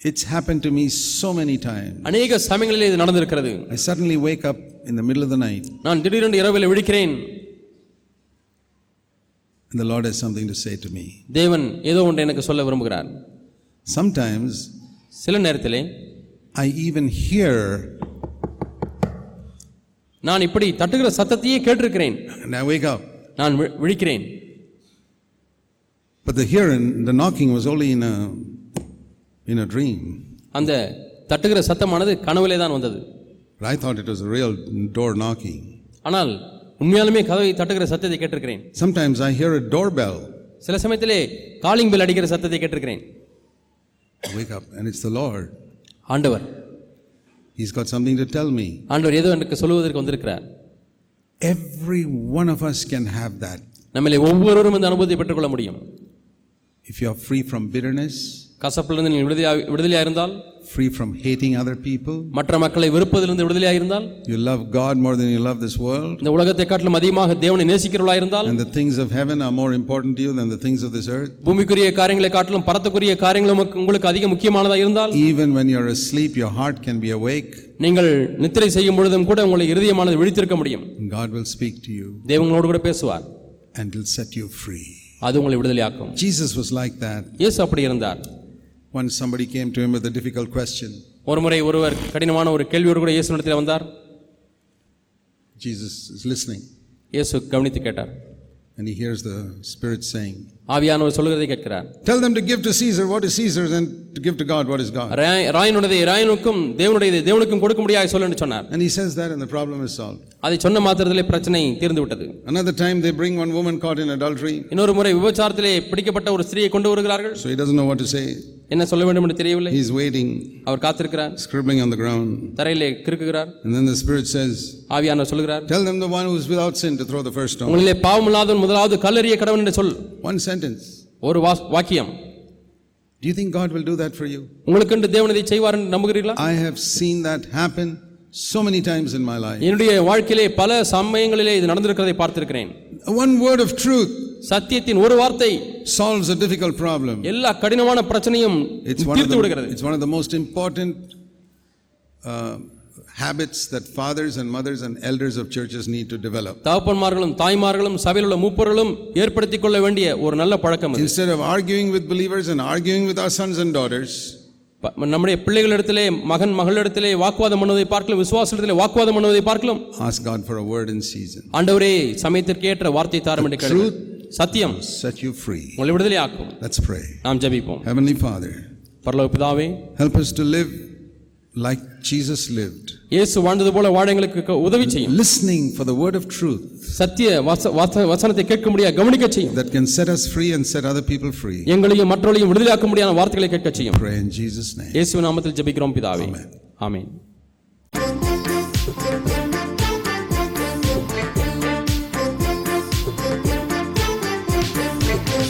S1: It's happened to me so many times.
S2: அநேக சமயங்களில் இது நடந்திருக்கிறது
S1: I suddenly wake up in the middle of the night
S2: நான் திடீரென்று இரவில் விழிக்கிறேன்
S1: and the Lord has something to say to me.
S2: தேவன் ஏதோ ஒன்று எனக்கு சொல்ல விரும்புகிறார்
S1: Sometimes
S2: சில நேரத்திலே
S1: I even hear
S2: நான் இப்படி தட்டுகிற சத்தத்தையே கேட்டிருக்கிறேன்
S1: and I wake up.
S2: நான் வி- விழிக்கிறேன்
S1: But the hearing, the knocking was only in a, in a dream.
S2: அந்த தட்டுகிற சத்தமானது கனவுலே தான் வந்தது
S1: But I thought it was a real door knocking.
S2: ஆனால் உண்மையாலுமே கதவை தட்டுகிற சத்தத்தை கேட்டிருக்கிறேன்
S1: Sometimes I hear a doorbell.
S2: சில சமயத்திலே காலிங் பெல் அடிக்கிற சத்தத்தை கேட்டிருக்கிறேன்
S1: I wake up and it's the Lord.
S2: ஆண்டவர்
S1: He's got something to tell me.
S2: ஆண்டவர் ஏதோ எனக்கு சொல்லுவதற்கு வந்திருக்கிறார்
S1: Every one of us can have that.
S2: நம்மளை ஒவ்வொருவரும் இந்த அனுபவத்தை பெற்றுக்கொள்ள முடியும்
S1: If you are free from bitterness,
S2: கசப்பிலிருந்து நீங்கள் விடுதலையாக விடுதலையாக இருந்தால்
S1: free from hating other people,
S2: மற்ற மக்களை வெறுப்பதிலிருந்து விடுதலையாக இருந்தால்
S1: you love God more than you love this world,
S2: இந்த உலகத்தை காட்டிலும் அதிகமாக தேவனை நேசிக்கிறவளாக இருந்தால்
S1: and the things of heaven are more important to you than the things of this earth.
S2: பூமிக்குரிய காரியங்களை காட்டிலும் பரத்துக்குரிய காரியங்கள் உமக்கு- உங்களுக்கு அதிக முக்கியமானதாக இருந்தால்
S1: Even when you're asleep, your heart can be awake,
S2: நீங்கள் நித்திரை செய்யும் பொழுதும் கூட உங்களை இருதயமானது விழித்திருக்க முடியும்
S1: and God will speak to you
S2: தேவங்களோடு கூட பேசுவார்
S1: and will set you free.
S2: அது உங்களை விடுதலையாக்கும்
S1: Jesus was like that.
S2: இயேசு அப்படி இருந்தார்
S1: Once somebody came to him with a difficult question.
S2: ஒருமுறை ஒருவர் கடினமான ஒரு கேள்வியோடு கூட இயேசு இடத்தில் வந்தார்
S1: Jesus is listening,
S2: இயேசு கவனித்து கேட்டார்
S1: and he hears the Spirit saying,
S2: ஆவியானவர் சொல்லுகிறதை கேட்கிறார்
S1: Tell them to give to Caesar what is Caesar's and to give to God what is God.
S2: Rai- ராயனுடையதை ராயனுக்கும் தேவனுடையதை தேவனுக்கும் கொடுக்க முடியாது சொல்லு என்று சொன்னார்
S1: And he says that, and the problem is solved.
S2: அதை சொன்ன மாத்திரத்திலே பிரச்சனை தீர்ந்து விட்டது
S1: Another time, they bring one woman caught in adultery,
S2: இன்னொரு முறை விபச்சாரத்திலே பிடிக்கப்பட்ட ஒரு ஸ்திரியை கொண்டு வருகிறார்கள்
S1: so he doesn't know what to say.
S2: என்ன சொல்ல வேண்டும் என்று தெரியவில்லை
S1: He's waiting,
S2: அவர் காத்திருக்கிறார்
S1: scribbling on the ground.
S2: தரையிலே கிறுக்குகிறார்
S1: And then the Spirit says,
S2: ஆவியானவர் சொல்கிறார்
S1: Tell them the one who is without sin to throw the first stone.
S2: உங்களிலே பாவமில்லாதவன் முதலாவது கல்லறிய கடவுள் என்று சொல்
S1: One sentence.
S2: ஒரு வாஸ்- வாக்கியம்
S1: Do you think God will do that for you?
S2: உங்களுக்கென்று தேவன் இதை செய்வார் என்று நம்புகிறீர்களா
S1: I have seen that happen so many times in my life.
S2: என்னுடைய வாழ்க்கையிலே பல சமயங்களிலே இது நடந்திருக்கிறதை பார்த்திருக்கிறேன்
S1: One word of truth
S2: சத்தியத்தின் ஒரு வார்த்தை
S1: solves a difficult problem.
S2: எல்லா கடினமான பிரச்சனையும்
S1: It's one, of
S2: தீர்த்து
S1: the,
S2: விடுகிறது
S1: it's one of the most important uh, habits that fathers and mothers and elders of churches need to develop.
S2: தகப்பன்மார்களும் தாய்மார்களும் சபையில் உள்ள மூப்பர்களும் ஏற்படுத்திக் கொள்ள வேண்டிய ஒரு நல்ல பழக்கம் இது
S1: Instead of arguing with believers and arguing with our sons and daughters,
S2: ப- நம்முடைய பிள்ளைகளிடத்திலே மகன் மகளிடத்திலே வாக்குவாதம் பண்ணுவதை பார்க்கலாம் விசுவாசத்திலே வாக்குவாதம் பண்ணுவதை பார்க்கலாம்
S1: ask God for a word in season.
S2: ஆண்டவரே சமயத்திற்கு ஏற்ற வார்த்தை தாரும் என்று கேளுங்கள். சத்தியம்
S1: Set you free.
S2: உங்களை விடுதலை ஆக்கும்
S1: Let's pray.
S2: நாம் ஜெபிப்போம்
S1: Heavenly Father,
S2: பரலோக பிதாவே
S1: help us to live like Jesus lived,
S2: இயேசு வாழ்ந்தது போல வாழ எங்களுக்கு க- உதவி செய்யும்
S1: listening for the word of truth
S2: சத்திய வச- வச- வசனத்தை கேட்க முடியாது கவனிக்க செய்யும்
S1: that can set us free and set other people free.
S2: எங்களையும் மற்றவர்களையும் விடுதலையாக்க முடியாத வார்த்தைகளை கேட்க செய்யும்
S1: Pray in Jesus' name.
S2: இயேசு நாமத்தில் ஜெபிக்கிறோம் பிதாவே
S1: Amen.
S2: ஆமென்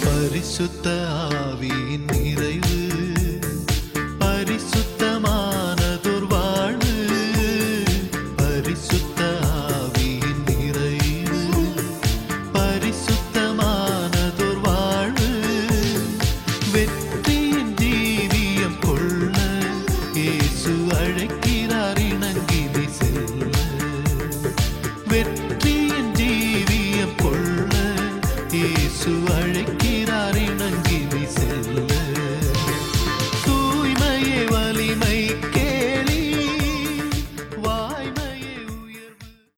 S3: பரிசுத்த ஆவியின்